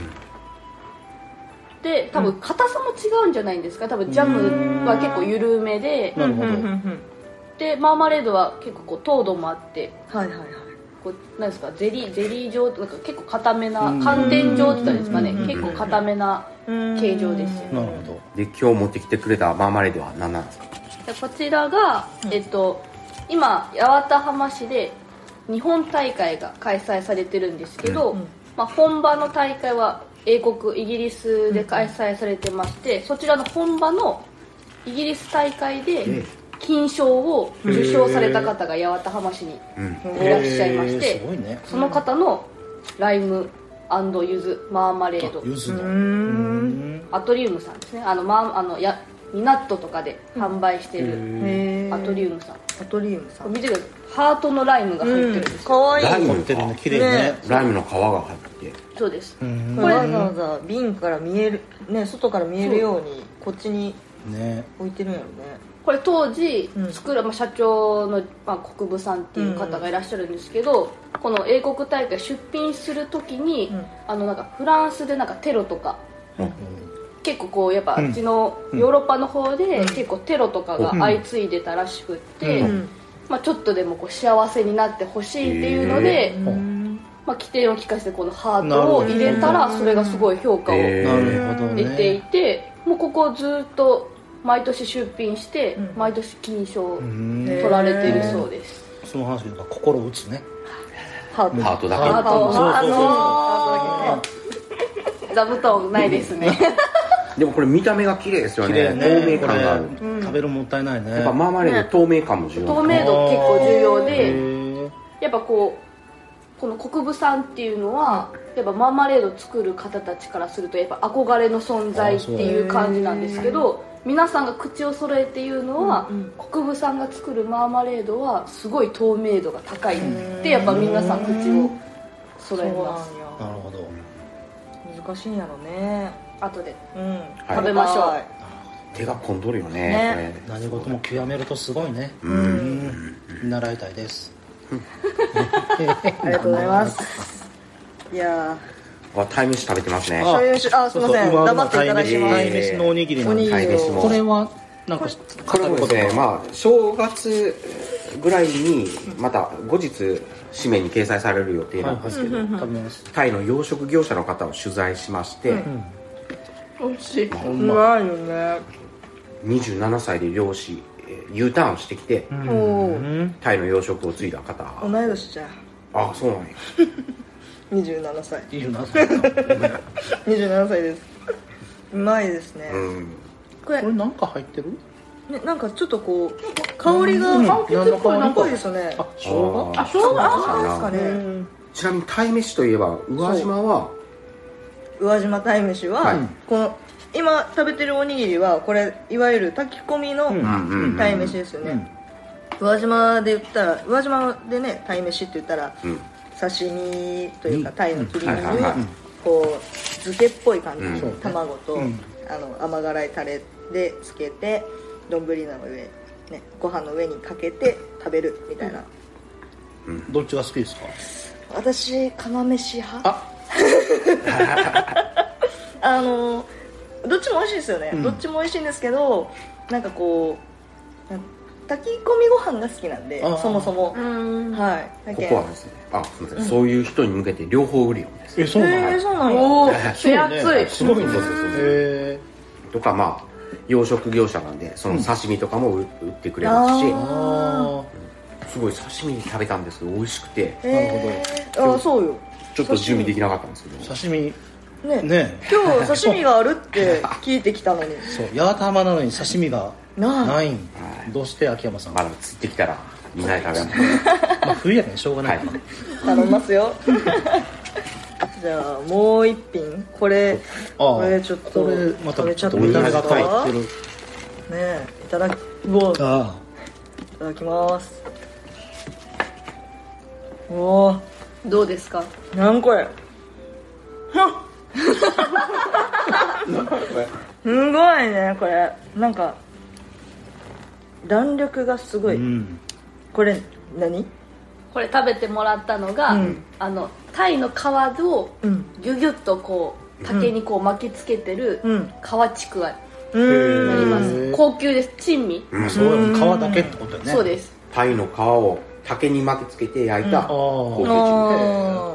[SPEAKER 3] で多分硬さも違うんじゃないんですか多分ジャムは結構緩めで
[SPEAKER 4] なるほど
[SPEAKER 2] うんうんうん
[SPEAKER 3] でマーマレードは結構こう糖度もあって
[SPEAKER 2] はいはいはい
[SPEAKER 3] こうなんですかゼリーゼリー状なんか結構硬めな寒天状って言ったらいいんですかね結構硬めな形状ですよね
[SPEAKER 4] なるほ
[SPEAKER 1] で今日持ってきてくれたマーマレードは何なんですか
[SPEAKER 3] でこちらが、えっと、今八幡浜市で日本大会が開催されてるんですけど、まあ、本場の大会は英国イギリスで開催されてまして、そちらの本場のイギリス大会で金賞を受賞された方が八幡浜市に
[SPEAKER 1] うん
[SPEAKER 4] ど
[SPEAKER 3] いらっしゃいまして
[SPEAKER 4] へえすごいね
[SPEAKER 3] その方のライム柚子マーマレード
[SPEAKER 4] 柚子
[SPEAKER 2] うー
[SPEAKER 4] の
[SPEAKER 2] ん
[SPEAKER 3] アトリウムさんですねあの、まあ、あのやミナットとかで販売してる
[SPEAKER 2] へー
[SPEAKER 3] アトリウムさん
[SPEAKER 2] アトリウムさん
[SPEAKER 3] 見てくださいハートのライムが入ってるんですよ、
[SPEAKER 2] かわいい
[SPEAKER 1] ライム
[SPEAKER 4] 凝ってるね綺麗ね
[SPEAKER 2] ね
[SPEAKER 1] ライムの皮が入って
[SPEAKER 3] そうです
[SPEAKER 4] うん
[SPEAKER 2] これわざわざ瓶から見えるね外から見えるようにこっちに
[SPEAKER 4] ね
[SPEAKER 2] 置いてるんやろね
[SPEAKER 3] これ当時
[SPEAKER 2] うん
[SPEAKER 3] 作る、まあ、社長の、まあ、国分さんっていう方がいらっしゃるんですけど、この英国大会出品する時に、
[SPEAKER 2] うん
[SPEAKER 3] あのなんかフランスでなんかテロとか
[SPEAKER 4] うん
[SPEAKER 3] 結構こうやっぱ
[SPEAKER 4] うん
[SPEAKER 3] あっちのヨーロッパの方で結構テロとかが相次いでたらしくって、
[SPEAKER 4] うん
[SPEAKER 3] まあ、ちょっとでもこう幸せになってほしいっていうので、
[SPEAKER 4] ほう
[SPEAKER 3] まあ、規定を聞かせてこのハートを入れ
[SPEAKER 2] なる
[SPEAKER 3] た
[SPEAKER 2] ほ
[SPEAKER 3] ら
[SPEAKER 2] ど
[SPEAKER 3] それがすごい評価を
[SPEAKER 1] え
[SPEAKER 4] なるほど
[SPEAKER 3] 出てい
[SPEAKER 4] ね
[SPEAKER 3] て、もうここずっと毎年出品して、
[SPEAKER 2] うん
[SPEAKER 3] 毎年金賞
[SPEAKER 4] うん
[SPEAKER 3] 取られてるそうです、
[SPEAKER 4] その話が心打つね
[SPEAKER 2] ハート
[SPEAKER 1] ハートだか
[SPEAKER 3] ハ
[SPEAKER 1] ら
[SPEAKER 3] ート
[SPEAKER 4] そうそうそう
[SPEAKER 3] ハートだけどね座布団ないですね
[SPEAKER 1] でもこれ見た目が綺麗ですよ
[SPEAKER 4] 綺
[SPEAKER 1] ね
[SPEAKER 4] 麗
[SPEAKER 1] 透
[SPEAKER 4] ね
[SPEAKER 1] 明
[SPEAKER 4] こ
[SPEAKER 1] 感がある
[SPEAKER 4] れ食べるもったいないね
[SPEAKER 1] やっぱマーマレード透明感も重
[SPEAKER 3] 透
[SPEAKER 1] 要
[SPEAKER 3] 明度結構重要
[SPEAKER 4] へ
[SPEAKER 3] で
[SPEAKER 4] え
[SPEAKER 3] やっぱこうこの国分さんっていうのはやっぱマーマレード作る方たちからするとやっぱ憧れの存在っていう感じなんですけど皆さんが口を揃えて言うのは、
[SPEAKER 2] うんうん
[SPEAKER 3] 国分さんが作るマーマレードはすごい透明度が高いってやっぱ皆さん口を
[SPEAKER 2] そ
[SPEAKER 3] 揃
[SPEAKER 2] う
[SPEAKER 3] え
[SPEAKER 2] な
[SPEAKER 3] ます
[SPEAKER 2] ん
[SPEAKER 4] な
[SPEAKER 2] や
[SPEAKER 4] るほど
[SPEAKER 2] 難しいんやろね
[SPEAKER 3] 後で
[SPEAKER 2] うん
[SPEAKER 1] 食
[SPEAKER 3] べましょう
[SPEAKER 1] 手が込んどるよね
[SPEAKER 2] ね
[SPEAKER 1] これ
[SPEAKER 4] 何事も極めるとすごいね
[SPEAKER 2] う
[SPEAKER 1] うん
[SPEAKER 2] ん
[SPEAKER 4] 見習いたいです
[SPEAKER 2] ありがとうございますいや
[SPEAKER 1] あ鯛めし食べてますね
[SPEAKER 2] ー所有しあすいません
[SPEAKER 4] そうそう
[SPEAKER 2] 黙っていただきます
[SPEAKER 1] 今の鯛めし
[SPEAKER 4] のおにぎりなん
[SPEAKER 2] おに
[SPEAKER 4] で
[SPEAKER 2] ぎり
[SPEAKER 1] 鯛めしも
[SPEAKER 4] これはなんか
[SPEAKER 1] これもですねまあ正月ぐらいにまた後日紙面に掲載される予定なんですけど、
[SPEAKER 4] 食べます
[SPEAKER 1] タイの養殖業者の方を取材しまして、
[SPEAKER 3] 美味しい
[SPEAKER 2] うんうまいよね
[SPEAKER 1] 27歳で漁師えー U ターンしてきて、
[SPEAKER 2] おお
[SPEAKER 1] タイの養殖を継いだ方
[SPEAKER 2] 同い年じゃん
[SPEAKER 1] あそうなんや
[SPEAKER 2] 27歳
[SPEAKER 4] いいよなこ
[SPEAKER 2] 27歳ですうまいですね、
[SPEAKER 1] うん
[SPEAKER 2] これ
[SPEAKER 4] れなんか入ってる
[SPEAKER 2] ねなんかちょっとこう香りが、
[SPEAKER 4] うん
[SPEAKER 2] 柑橘っぽい
[SPEAKER 4] な
[SPEAKER 2] なんん
[SPEAKER 4] か
[SPEAKER 2] ぽいですよね
[SPEAKER 4] あ生姜
[SPEAKER 1] あ
[SPEAKER 3] 生姜
[SPEAKER 1] そう
[SPEAKER 2] あ
[SPEAKER 1] なん
[SPEAKER 2] です
[SPEAKER 1] かな
[SPEAKER 2] かね、
[SPEAKER 1] ちなみに鯛めしといえば宇和島は
[SPEAKER 2] 宇和島鯛めしは、
[SPEAKER 1] はい
[SPEAKER 2] この今食べてるおにぎりはこれいわゆる炊き込みの
[SPEAKER 1] んうんうん
[SPEAKER 2] 鯛めしですよね、宇和島で言ったら宇和島でね鯛めしって言ったら、
[SPEAKER 1] うん
[SPEAKER 2] 刺身というか
[SPEAKER 1] うん
[SPEAKER 2] 鯛の切り身に、
[SPEAKER 1] はいはいはい
[SPEAKER 2] こう漬けっぽい感じ、
[SPEAKER 1] うん
[SPEAKER 2] 卵と、
[SPEAKER 4] うん
[SPEAKER 2] あの甘辛いタレで漬けて丼の上ねご飯の上にかけて食べるみたいな、
[SPEAKER 4] どっちが好きですか
[SPEAKER 2] 私釜飯派
[SPEAKER 4] あ
[SPEAKER 2] あのどっちも美味しいですよね、
[SPEAKER 4] うん
[SPEAKER 2] どっちも美味しいんですけどなんかこうなん炊き込みご飯が好きなんで
[SPEAKER 4] あー
[SPEAKER 2] そもそも、
[SPEAKER 3] うん
[SPEAKER 2] はいだ
[SPEAKER 1] こ
[SPEAKER 2] けん
[SPEAKER 1] こはですねあすみません、そういう人に向けて両方売るようです
[SPEAKER 4] えそうなの
[SPEAKER 2] へえそうなんや
[SPEAKER 3] おお
[SPEAKER 4] そう
[SPEAKER 3] 手
[SPEAKER 4] ね
[SPEAKER 3] 厚い
[SPEAKER 4] すごいね
[SPEAKER 1] そうそうそうそう
[SPEAKER 4] へ
[SPEAKER 1] とかまあ養殖業者なんでその刺身とかも売売ってくれますし、
[SPEAKER 2] うん
[SPEAKER 4] ー
[SPEAKER 2] あ
[SPEAKER 4] あ
[SPEAKER 1] すごい刺身食べたんですけど美味しくて
[SPEAKER 2] えー、あーそうよ
[SPEAKER 1] ちょっと準備できなかったんですけど
[SPEAKER 4] ー刺身
[SPEAKER 2] ね
[SPEAKER 4] ね
[SPEAKER 2] 今日刺身があるって聞いてきたのに
[SPEAKER 4] そう八幡浜なのに刺身が
[SPEAKER 2] な
[SPEAKER 4] な
[SPEAKER 2] あ
[SPEAKER 4] いん
[SPEAKER 1] はい
[SPEAKER 4] どうして秋山さん
[SPEAKER 1] ま
[SPEAKER 4] が
[SPEAKER 1] だ釣ってきたらいないからやっぱ
[SPEAKER 4] まあ冬やからしょうがないか
[SPEAKER 1] はい
[SPEAKER 2] 頼みます よじゃあもう一品これこれちょっと
[SPEAKER 4] これまた
[SPEAKER 2] 食べち
[SPEAKER 4] ち
[SPEAKER 2] ゃ
[SPEAKER 4] ょ
[SPEAKER 2] っ
[SPEAKER 4] ったと見た目が
[SPEAKER 1] これ
[SPEAKER 4] 変わってる
[SPEAKER 2] ねえいただきうわいた
[SPEAKER 4] あ
[SPEAKER 2] だきますうわ
[SPEAKER 3] どうですか
[SPEAKER 2] なんこれすごいねこれなんか弾力がすご
[SPEAKER 4] あ
[SPEAKER 2] い、
[SPEAKER 4] うん
[SPEAKER 2] これ何
[SPEAKER 3] これ食べてもらったのが、
[SPEAKER 2] うん
[SPEAKER 3] あのタイの皮を
[SPEAKER 2] うん
[SPEAKER 3] ギュギュッとこう竹にこう巻きつけてる
[SPEAKER 2] うん
[SPEAKER 3] 皮ちくわに
[SPEAKER 2] うーん
[SPEAKER 3] なりま
[SPEAKER 4] へ
[SPEAKER 3] す
[SPEAKER 4] ー
[SPEAKER 3] 高級です珍味
[SPEAKER 4] まあそうだよ皮だけってことだね
[SPEAKER 3] そうです
[SPEAKER 1] タイの皮を竹に巻きつけて焼いた、
[SPEAKER 2] うん
[SPEAKER 4] ああ
[SPEAKER 2] あ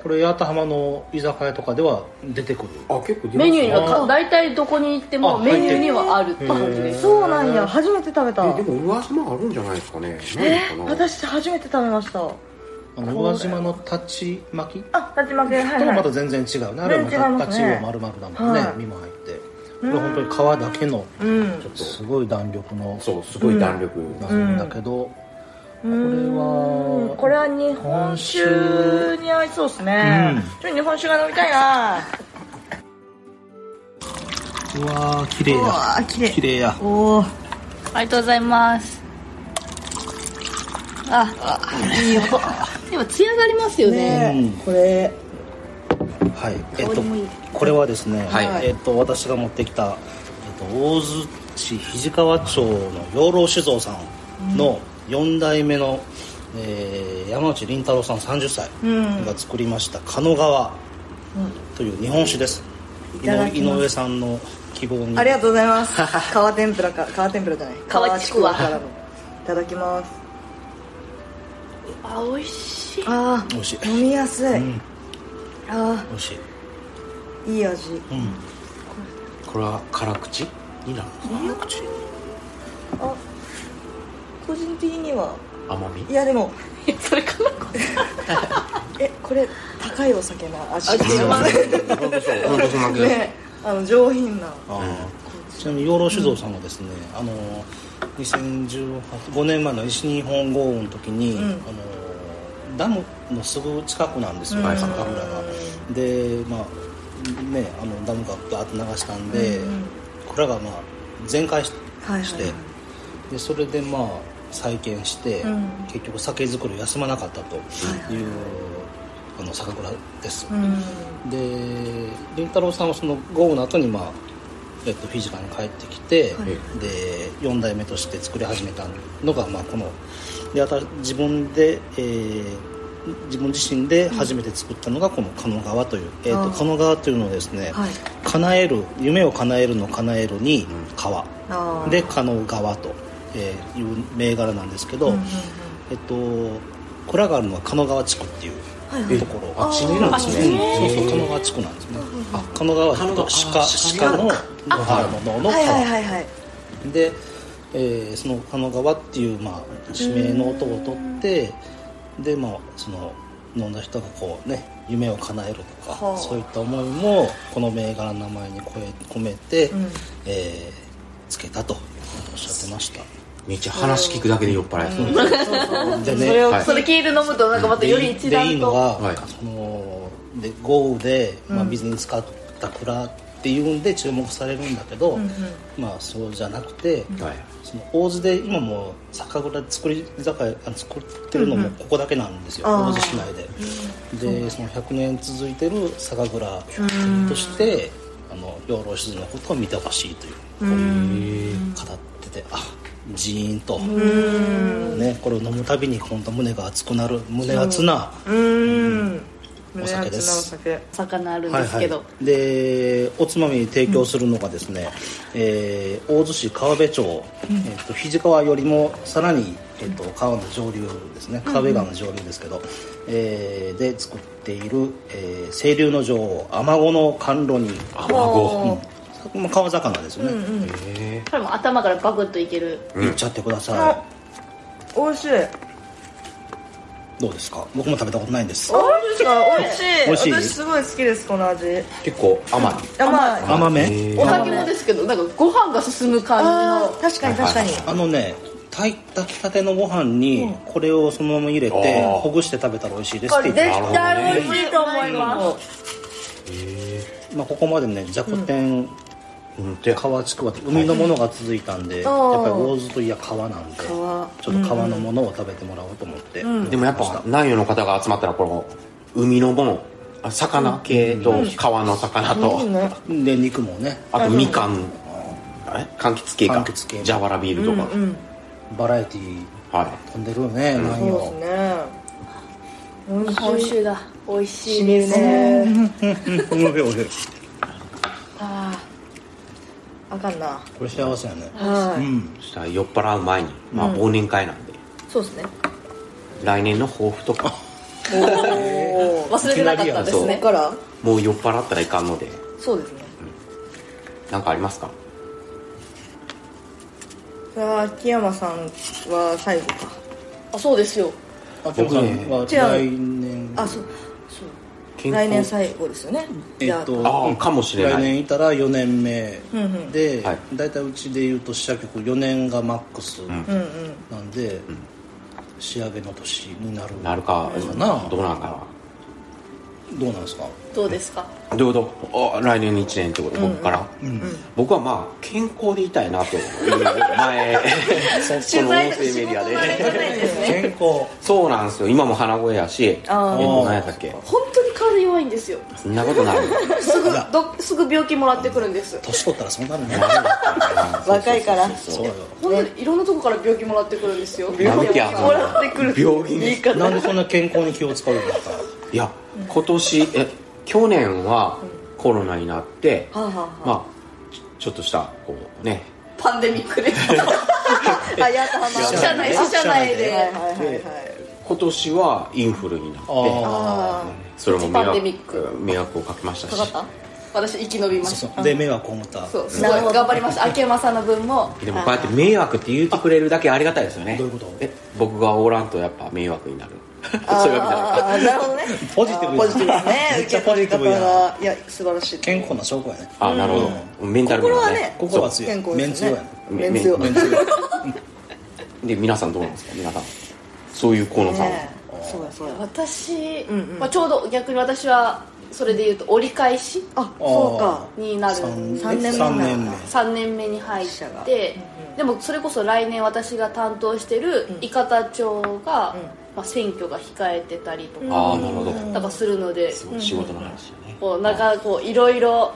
[SPEAKER 4] これ八幡浜の居酒屋とかでは出てくる
[SPEAKER 1] あ結構出ますね
[SPEAKER 3] メニューには
[SPEAKER 4] あ
[SPEAKER 3] か
[SPEAKER 4] ー
[SPEAKER 3] 大体どこに行っても
[SPEAKER 4] あ
[SPEAKER 3] メニューにはあるって感じ
[SPEAKER 4] 入ってる
[SPEAKER 3] で
[SPEAKER 4] へ
[SPEAKER 2] ー
[SPEAKER 3] す
[SPEAKER 2] そうなんや初めて食べた
[SPEAKER 1] えでも上島あるんじゃないですかね
[SPEAKER 2] え
[SPEAKER 1] ないのかな
[SPEAKER 2] 私初めて食べました
[SPEAKER 4] あの宇和島の立ち巻き
[SPEAKER 2] あ立ち負けはい
[SPEAKER 4] とはま
[SPEAKER 2] は
[SPEAKER 4] た
[SPEAKER 2] い
[SPEAKER 4] 全然違うねあれは
[SPEAKER 2] 全
[SPEAKER 4] ま
[SPEAKER 2] 然違いま
[SPEAKER 4] た
[SPEAKER 2] すね
[SPEAKER 4] 立ちは丸々だもんね
[SPEAKER 2] はい
[SPEAKER 4] 身も入ってこれ本当に皮だけの
[SPEAKER 2] うん
[SPEAKER 4] すごい弾力の
[SPEAKER 1] そうすごい弾力、
[SPEAKER 4] なるんだけど、
[SPEAKER 2] これ
[SPEAKER 4] は
[SPEAKER 2] これは日本酒に合いそうですね、
[SPEAKER 4] うん
[SPEAKER 2] ちょっと日本酒が飲みたいな
[SPEAKER 4] うわー綺麗
[SPEAKER 2] うわ
[SPEAKER 4] や
[SPEAKER 2] ー綺麗
[SPEAKER 4] 綺麗や
[SPEAKER 2] おお
[SPEAKER 3] ありがとうございますあ
[SPEAKER 2] いい音
[SPEAKER 3] でも艶がありますよね
[SPEAKER 2] ねえ、
[SPEAKER 4] うん
[SPEAKER 2] これ
[SPEAKER 4] はいえっ
[SPEAKER 3] 香り
[SPEAKER 4] と
[SPEAKER 3] もいい
[SPEAKER 4] これはですね、
[SPEAKER 2] はい
[SPEAKER 4] えっと私が持ってきた、えっと、大津市肱川町の養老酒造さんの4代目の、えー山内林太郎さん30歳
[SPEAKER 2] うん
[SPEAKER 4] が作りました「狩野川」という日本酒です、
[SPEAKER 2] いただき
[SPEAKER 4] 井
[SPEAKER 2] ます
[SPEAKER 4] 上井上さんの希望に
[SPEAKER 2] ありがとうございます。皮天ぷらか、皮天ぷらじゃない。
[SPEAKER 3] 皮ちくわ
[SPEAKER 2] からの。いただきます。
[SPEAKER 3] あ美味しい
[SPEAKER 2] あ
[SPEAKER 4] 美味しい
[SPEAKER 2] あ、飲みやすい。
[SPEAKER 4] うん
[SPEAKER 2] あ
[SPEAKER 4] 美味しい、
[SPEAKER 2] あ、いい味。
[SPEAKER 4] うん、
[SPEAKER 1] これは辛口になるんですか
[SPEAKER 2] あ、個人的には、
[SPEAKER 1] 甘み
[SPEAKER 2] いやでも、
[SPEAKER 3] それかなこれ
[SPEAKER 2] え、これ高いお酒な味
[SPEAKER 3] 味します
[SPEAKER 1] 本当そう本当そんな感じ
[SPEAKER 2] ね、あの上品な。
[SPEAKER 4] あーちなみに養老酒造さんはですね、あの2015年前の西日本豪雨の時に、
[SPEAKER 2] ん
[SPEAKER 4] あのダムのすぐ近くなんですよ、
[SPEAKER 2] うん
[SPEAKER 4] 酒蔵がでまあねあのダムがバーッと流したんで、
[SPEAKER 2] うん
[SPEAKER 4] 蔵がまあ全壊し,、
[SPEAKER 2] はいはいはい
[SPEAKER 4] てでそれでまあ再建して、
[SPEAKER 2] うん
[SPEAKER 4] 結局酒造りを休まなかったという、あの酒蔵です、
[SPEAKER 2] うん。
[SPEAKER 4] で凛太郎さんはその豪雨の後にまあえっと、フィジカに帰ってきて、
[SPEAKER 2] はい
[SPEAKER 4] で4代目として作り始めたのが、まあ、こので私自分で、えー自分自身で初めて作ったのがこの「狩野川」という、えっ
[SPEAKER 2] ああ
[SPEAKER 4] と狩野川というのはですね、
[SPEAKER 2] はい
[SPEAKER 4] 叶える夢を叶えるの叶えるに川、
[SPEAKER 2] ああ。
[SPEAKER 4] で「狩野川」とえーいう銘柄なんですけど、
[SPEAKER 2] うんうんうん
[SPEAKER 4] えっと蔵があるのは狩野川地区っていう
[SPEAKER 2] はいはい
[SPEAKER 1] え
[SPEAKER 4] ところ
[SPEAKER 1] あ地名なんですね
[SPEAKER 4] そうそう、
[SPEAKER 1] へ
[SPEAKER 4] 神
[SPEAKER 1] ー
[SPEAKER 4] 奈川地区なんですね。神奈川
[SPEAKER 1] 神
[SPEAKER 4] と
[SPEAKER 1] 奈川
[SPEAKER 4] 鹿、鹿の
[SPEAKER 1] あ
[SPEAKER 4] 野原の脳の
[SPEAKER 2] はいはいは
[SPEAKER 4] 川。
[SPEAKER 2] いはい。
[SPEAKER 4] で、えーその神奈川っていう、まあ、地名の音を取って、で、まあ、その、飲んだ人がこうね、夢を叶えると
[SPEAKER 2] はあ
[SPEAKER 4] か、そういった思いも、この銘柄の名前に声込めて
[SPEAKER 2] ん、
[SPEAKER 4] えーつけたとおっしゃってました。
[SPEAKER 1] めっちゃ話聞くだけで酔っ払いそうです、
[SPEAKER 2] そうそう。
[SPEAKER 4] で
[SPEAKER 2] それを
[SPEAKER 1] はい
[SPEAKER 3] それ聞いて飲むとなんかまたより一段と
[SPEAKER 4] でいいのが、
[SPEAKER 1] はい
[SPEAKER 4] そので豪雨で、まあ、水に浸かった蔵っていうんで注目されるんだけど、
[SPEAKER 2] うんうん
[SPEAKER 4] まあそうじゃなくて、
[SPEAKER 1] はい
[SPEAKER 4] その大津で今もう酒蔵で作り酒屋あの作ってるのもここだけなんですよ、
[SPEAKER 2] あー
[SPEAKER 4] 大津市内で、でその100年続いてる酒蔵として、あの養老酒造のことを見てほしいという
[SPEAKER 2] う
[SPEAKER 1] へ
[SPEAKER 2] ん。
[SPEAKER 1] ー
[SPEAKER 4] 語っててあジーンと、
[SPEAKER 2] うん。
[SPEAKER 4] ね、これを飲むたびに本当胸が熱くなる胸熱な、
[SPEAKER 2] うん。
[SPEAKER 4] お酒です
[SPEAKER 2] 胸熱なお酒。
[SPEAKER 3] 魚あるんですけど、
[SPEAKER 4] はいはい、でおつまみに提供するのがですね、えー大津市川辺町、えー、と肱川よりもさらに、えー、と川の上流ですね川辺川の上流ですけど、えーで作っている、えー清流の女王アマゴの甘露煮
[SPEAKER 1] あ
[SPEAKER 2] お
[SPEAKER 1] 孫
[SPEAKER 2] ー
[SPEAKER 4] まあ川魚ですよね、
[SPEAKER 1] へ
[SPEAKER 3] これも頭からバクッといける
[SPEAKER 4] いっちゃってくだ
[SPEAKER 2] あ
[SPEAKER 4] さ
[SPEAKER 2] 美味しい。
[SPEAKER 4] いどうですか僕も食べたことないんです
[SPEAKER 2] 美味しか美味しい
[SPEAKER 4] 美味しい
[SPEAKER 2] 私すごい好きですこの味
[SPEAKER 1] 結構甘い
[SPEAKER 2] あまあ
[SPEAKER 4] 甘め、
[SPEAKER 1] へー
[SPEAKER 3] お酒もですけどなんかご飯が進む感
[SPEAKER 2] あー
[SPEAKER 3] じ
[SPEAKER 2] 確かに確かに
[SPEAKER 4] あのね炊いたきたてのご飯にこれをそのまま入れて
[SPEAKER 1] あー
[SPEAKER 4] ほぐして食べたら美味しいですって言っ
[SPEAKER 2] これで
[SPEAKER 4] て
[SPEAKER 1] 絶対美
[SPEAKER 3] 味しいと思いま
[SPEAKER 4] まあ、ここまでねじゃこ天、
[SPEAKER 1] うんで
[SPEAKER 4] 川ちくわって海のものが続いたんで、
[SPEAKER 2] ー
[SPEAKER 4] やっぱり大津といや川なんでちょっと川のものを食べてもらおうと思って、
[SPEAKER 1] でもやっぱ南予の方が集まったらこの海のものあ魚系と川の魚と、
[SPEAKER 2] いいね
[SPEAKER 4] で肉もね
[SPEAKER 1] あとみかんあれ柑橘系か
[SPEAKER 4] 柑橘系
[SPEAKER 1] 蛇腹ビールとか、
[SPEAKER 2] うん
[SPEAKER 4] バラエティー
[SPEAKER 1] は
[SPEAKER 4] 飛んでるよね、なん
[SPEAKER 2] そう
[SPEAKER 4] よ
[SPEAKER 2] ですね
[SPEAKER 3] の美
[SPEAKER 2] 美
[SPEAKER 3] 味
[SPEAKER 2] 味しい
[SPEAKER 3] しいだ美味し
[SPEAKER 2] し
[SPEAKER 3] い
[SPEAKER 2] み
[SPEAKER 3] で
[SPEAKER 2] る
[SPEAKER 3] すね
[SPEAKER 2] ね
[SPEAKER 4] おいおい
[SPEAKER 2] あーあかんな
[SPEAKER 4] これ幸せやねう
[SPEAKER 2] は
[SPEAKER 4] ん
[SPEAKER 1] いそしたら酔っ払う前に、まあ、忘年会なんで、
[SPEAKER 3] そうですね
[SPEAKER 1] 来年の抱負とか
[SPEAKER 2] いおー
[SPEAKER 3] 忘れてなかったです
[SPEAKER 1] い
[SPEAKER 2] こ
[SPEAKER 1] きなりや
[SPEAKER 2] っ
[SPEAKER 3] ね
[SPEAKER 2] から
[SPEAKER 1] もう酔っ払ったらいかんので
[SPEAKER 3] そうですね
[SPEAKER 1] 何かありますか
[SPEAKER 2] さあ秋山さんは最後か
[SPEAKER 3] あそうですよ
[SPEAKER 4] 秋山さんは
[SPEAKER 2] 僕ね
[SPEAKER 4] 来年
[SPEAKER 2] あそうそう
[SPEAKER 1] 健
[SPEAKER 2] 来年最後ですよね
[SPEAKER 4] えっ
[SPEAKER 2] じゃ
[SPEAKER 4] と
[SPEAKER 1] あー
[SPEAKER 4] うん
[SPEAKER 1] かもしれない
[SPEAKER 4] 来年いたら4年目
[SPEAKER 2] うんうん
[SPEAKER 4] で
[SPEAKER 1] はい
[SPEAKER 4] 大体うちでいうと試写局4年がマックス
[SPEAKER 1] ん
[SPEAKER 2] あうんうん
[SPEAKER 4] なんで仕上げの年になる
[SPEAKER 1] なるか
[SPEAKER 4] な
[SPEAKER 1] どうなんか
[SPEAKER 4] どうなんですか
[SPEAKER 3] どうですか
[SPEAKER 1] などういうことあ来年の1年ってこと僕から、僕はまあ健康でいたいなという 前その音声メディアで
[SPEAKER 4] 健康
[SPEAKER 1] そうなんですよ今も鼻声やしえっ
[SPEAKER 2] あー
[SPEAKER 1] と何やったっけ
[SPEAKER 3] 本当に体弱いんですよ
[SPEAKER 1] そんなことない
[SPEAKER 3] すぐ
[SPEAKER 4] いや
[SPEAKER 3] どすぐ病気もらってくるんです
[SPEAKER 4] 年取ったらそんなのね
[SPEAKER 2] 若いから
[SPEAKER 1] そ
[SPEAKER 4] そううよ
[SPEAKER 3] 本当にいろんなとこから病気もらってくるんですよ
[SPEAKER 1] 病気や
[SPEAKER 3] もらってくる
[SPEAKER 1] 病気に
[SPEAKER 4] なんでそんな健康に気を使うのか
[SPEAKER 1] いや今年え去年はコロナになって、
[SPEAKER 2] はあはあは
[SPEAKER 1] まあちょちょっとしたこうね
[SPEAKER 3] パンデミックで
[SPEAKER 2] ああやったはま
[SPEAKER 3] 死社内死社内
[SPEAKER 2] はいはい
[SPEAKER 3] で
[SPEAKER 2] はいはい
[SPEAKER 1] 今年はインフルになって
[SPEAKER 4] あ
[SPEAKER 2] あ
[SPEAKER 1] それも
[SPEAKER 3] パンデ
[SPEAKER 1] 迷
[SPEAKER 3] ミック
[SPEAKER 1] 惑迷惑をかけました
[SPEAKER 2] あ
[SPEAKER 1] し
[SPEAKER 2] かかった
[SPEAKER 3] 私生き延びま
[SPEAKER 4] あ
[SPEAKER 3] し
[SPEAKER 4] そう
[SPEAKER 3] た
[SPEAKER 4] そうで迷惑を思った
[SPEAKER 3] そ
[SPEAKER 4] ど
[SPEAKER 3] うすごい頑張りました秋山さんの分も
[SPEAKER 1] でもこうやって迷惑って言ってくれるだけありがたいですよね
[SPEAKER 4] ういうこと
[SPEAKER 1] え僕がおらんとやっぱ迷惑になる
[SPEAKER 2] あ
[SPEAKER 1] そういうわけじゃないか
[SPEAKER 2] ーなるほどね
[SPEAKER 4] ポジティブ
[SPEAKER 2] あーポジティブですね
[SPEAKER 4] めっちゃポジティブや
[SPEAKER 2] 受け取り方がいや素晴らしい
[SPEAKER 4] 健康な証拠やね
[SPEAKER 1] あなるほどメンタル面
[SPEAKER 2] 心は
[SPEAKER 1] は
[SPEAKER 2] ね
[SPEAKER 1] ね
[SPEAKER 4] 心は強
[SPEAKER 2] 健
[SPEAKER 4] い
[SPEAKER 2] 康
[SPEAKER 4] メン
[SPEAKER 2] です
[SPEAKER 4] 強い
[SPEAKER 2] ね
[SPEAKER 4] やね
[SPEAKER 2] メン強い
[SPEAKER 1] メン
[SPEAKER 4] 強い
[SPEAKER 1] で皆さんどうなんですか皆さんそういう河野さんは、
[SPEAKER 2] ねそうやそうや
[SPEAKER 3] 私、
[SPEAKER 2] んうん
[SPEAKER 3] まあ、ちょうど逆に私はそれで言うと折り返し
[SPEAKER 2] あそうか
[SPEAKER 3] になる
[SPEAKER 2] 三年目
[SPEAKER 4] 三年目
[SPEAKER 2] なんだ
[SPEAKER 3] 3年目に入っ
[SPEAKER 2] 死者が
[SPEAKER 3] て、でもそれこそ来年私が担当してる伊方町が、まあ、選挙が控えてたりとか、
[SPEAKER 1] ああなるほど
[SPEAKER 3] なんかするので、
[SPEAKER 1] すごい仕事の話だね
[SPEAKER 3] こうなんかこういろいろ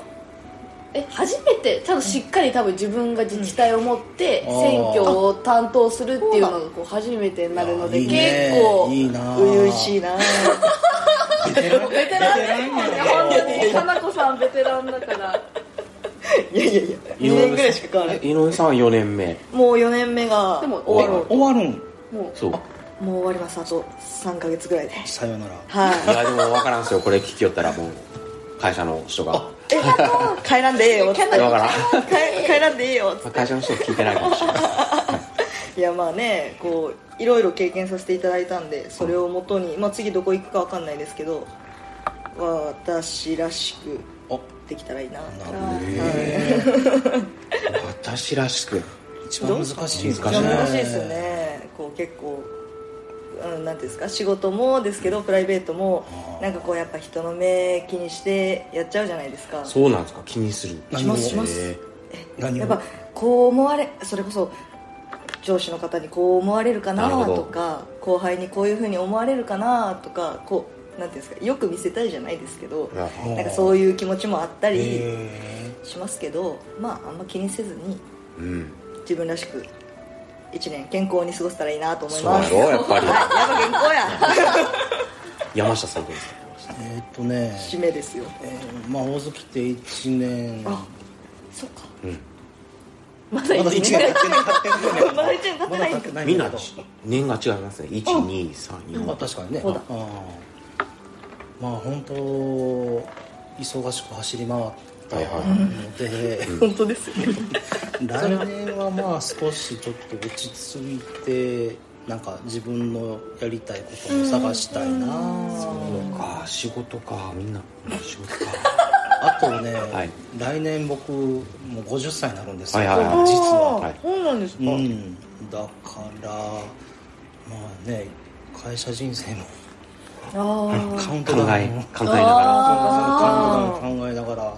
[SPEAKER 3] え初めて多分しっかり多分自分が自治体を持って
[SPEAKER 4] うん
[SPEAKER 3] 選挙を担当するっていうのがこう初めてになるので
[SPEAKER 4] いい
[SPEAKER 3] 結
[SPEAKER 4] ね
[SPEAKER 3] 構
[SPEAKER 4] いいな
[SPEAKER 2] 初々しいな
[SPEAKER 3] ベテランですもんね本当に花子さんベテランだから
[SPEAKER 2] いやいやいや2年ぐらいしか変わらない
[SPEAKER 1] え井上さんは4年目
[SPEAKER 2] もう4年目が
[SPEAKER 3] でも
[SPEAKER 1] 終わ
[SPEAKER 3] ろ
[SPEAKER 4] 終わるん
[SPEAKER 3] も
[SPEAKER 1] そう
[SPEAKER 2] もう終わりますあと3ヶ月ぐらいで
[SPEAKER 4] さよなら
[SPEAKER 1] い
[SPEAKER 2] は
[SPEAKER 1] やでも分からんすよこれ聞きよったらもう会社の人が
[SPEAKER 2] い帰らんでええよ帰
[SPEAKER 1] 分からん
[SPEAKER 2] 帰らんでええよ
[SPEAKER 1] まあ会社の人聞いてないかもしれない
[SPEAKER 2] いやまあねこういろいろ経験させていただいたんでそれをもとに、まあ、次どこ行くかわかんないですけど私らしく
[SPEAKER 4] お
[SPEAKER 2] できたらいいな
[SPEAKER 4] な
[SPEAKER 2] と
[SPEAKER 4] るほ
[SPEAKER 1] 私らしく
[SPEAKER 4] ど一番難しいです
[SPEAKER 1] どう
[SPEAKER 2] 難しいですよねこう結構、うん、なんていうんですか仕事もですけどプライベートもなんかこうやっぱ人の目気にしてやっちゃうじゃないですか
[SPEAKER 1] そうなんですか気にする
[SPEAKER 4] 何をし
[SPEAKER 2] ます
[SPEAKER 1] え
[SPEAKER 4] 何
[SPEAKER 2] やっ
[SPEAKER 4] を
[SPEAKER 2] ぱこう思われそれこそ上司の方にこう思われるかな
[SPEAKER 1] なるほど
[SPEAKER 2] とか後輩にこういうふうに思われるかなとかこうなんていうんですかよく見せたいじゃないですけど
[SPEAKER 1] ーなるほど
[SPEAKER 2] なんかそういう気持ちもあったり
[SPEAKER 4] へ
[SPEAKER 2] しますけど、まああんま気にせずに
[SPEAKER 1] うん
[SPEAKER 2] 自分らしく一年健康に過ごせたらいいなと思い
[SPEAKER 1] そう
[SPEAKER 2] ま
[SPEAKER 1] や
[SPEAKER 2] す
[SPEAKER 1] ろやっぱり
[SPEAKER 2] はいやっぱ健康や
[SPEAKER 1] 山下さんどうですか
[SPEAKER 4] ーえーっとね
[SPEAKER 2] 締めですよ
[SPEAKER 4] えーまあ大月って1年
[SPEAKER 2] あそっか
[SPEAKER 3] うまだ
[SPEAKER 4] まだ
[SPEAKER 3] 1
[SPEAKER 4] 1年
[SPEAKER 3] 年
[SPEAKER 4] 経ってない経ってない
[SPEAKER 2] まだ一年経ってないんだ
[SPEAKER 4] まだ経ってない
[SPEAKER 1] みん
[SPEAKER 4] だ
[SPEAKER 1] な
[SPEAKER 4] けど
[SPEAKER 1] 年が違いますね1234
[SPEAKER 4] まあ確かにね
[SPEAKER 2] そうだ
[SPEAKER 4] あーまあ本当忙しく走り回ったので
[SPEAKER 2] 本当ですよね
[SPEAKER 4] 来年はまあ少しちょっと落ち着いてなんか自分のやりたいことを探したいな、
[SPEAKER 1] そうか仕事かみんな仕事か
[SPEAKER 4] あとね、
[SPEAKER 1] はい
[SPEAKER 4] 来年僕もう50歳になるんですよ、
[SPEAKER 1] はいはいはい
[SPEAKER 4] 実は、
[SPEAKER 1] はい
[SPEAKER 2] そうなんですか、
[SPEAKER 4] うん、だからまあね会社人生も
[SPEAKER 2] あ
[SPEAKER 4] カウン
[SPEAKER 1] 考
[SPEAKER 4] トダウ
[SPEAKER 1] え
[SPEAKER 4] ンも
[SPEAKER 1] 考えなが
[SPEAKER 4] カウントダウン考えながら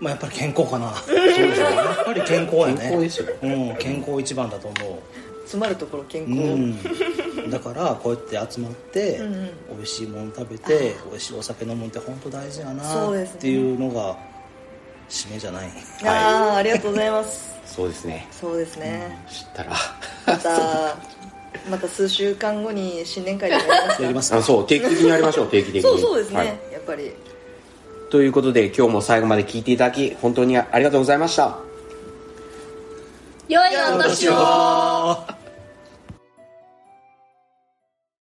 [SPEAKER 4] まあやっぱり健康かなそうですねやっぱり健康やね
[SPEAKER 1] 健康ですよ
[SPEAKER 4] うん、健康一番だと思
[SPEAKER 2] あ詰まるところ健
[SPEAKER 4] う、う
[SPEAKER 2] 康、
[SPEAKER 4] ん、だからこうやって集まって、
[SPEAKER 2] うんうん
[SPEAKER 4] 美味しいもの食べて美味しいお酒飲むって本当大事やな
[SPEAKER 2] そうですね
[SPEAKER 4] っていうのが締めじゃない
[SPEAKER 2] ああありがとうございます
[SPEAKER 1] らそうですね
[SPEAKER 2] そうですね、
[SPEAKER 1] 知ったら
[SPEAKER 2] またまた数週間後に新年会でやりますか
[SPEAKER 4] やります
[SPEAKER 1] あ
[SPEAKER 4] か
[SPEAKER 1] そう定期的にやりましょう定期的に
[SPEAKER 2] そうそうですね、
[SPEAKER 1] はい
[SPEAKER 2] やっぱり
[SPEAKER 1] ということで今日も最後まで聞いていただき本当にありがとうございました
[SPEAKER 3] 良いお年を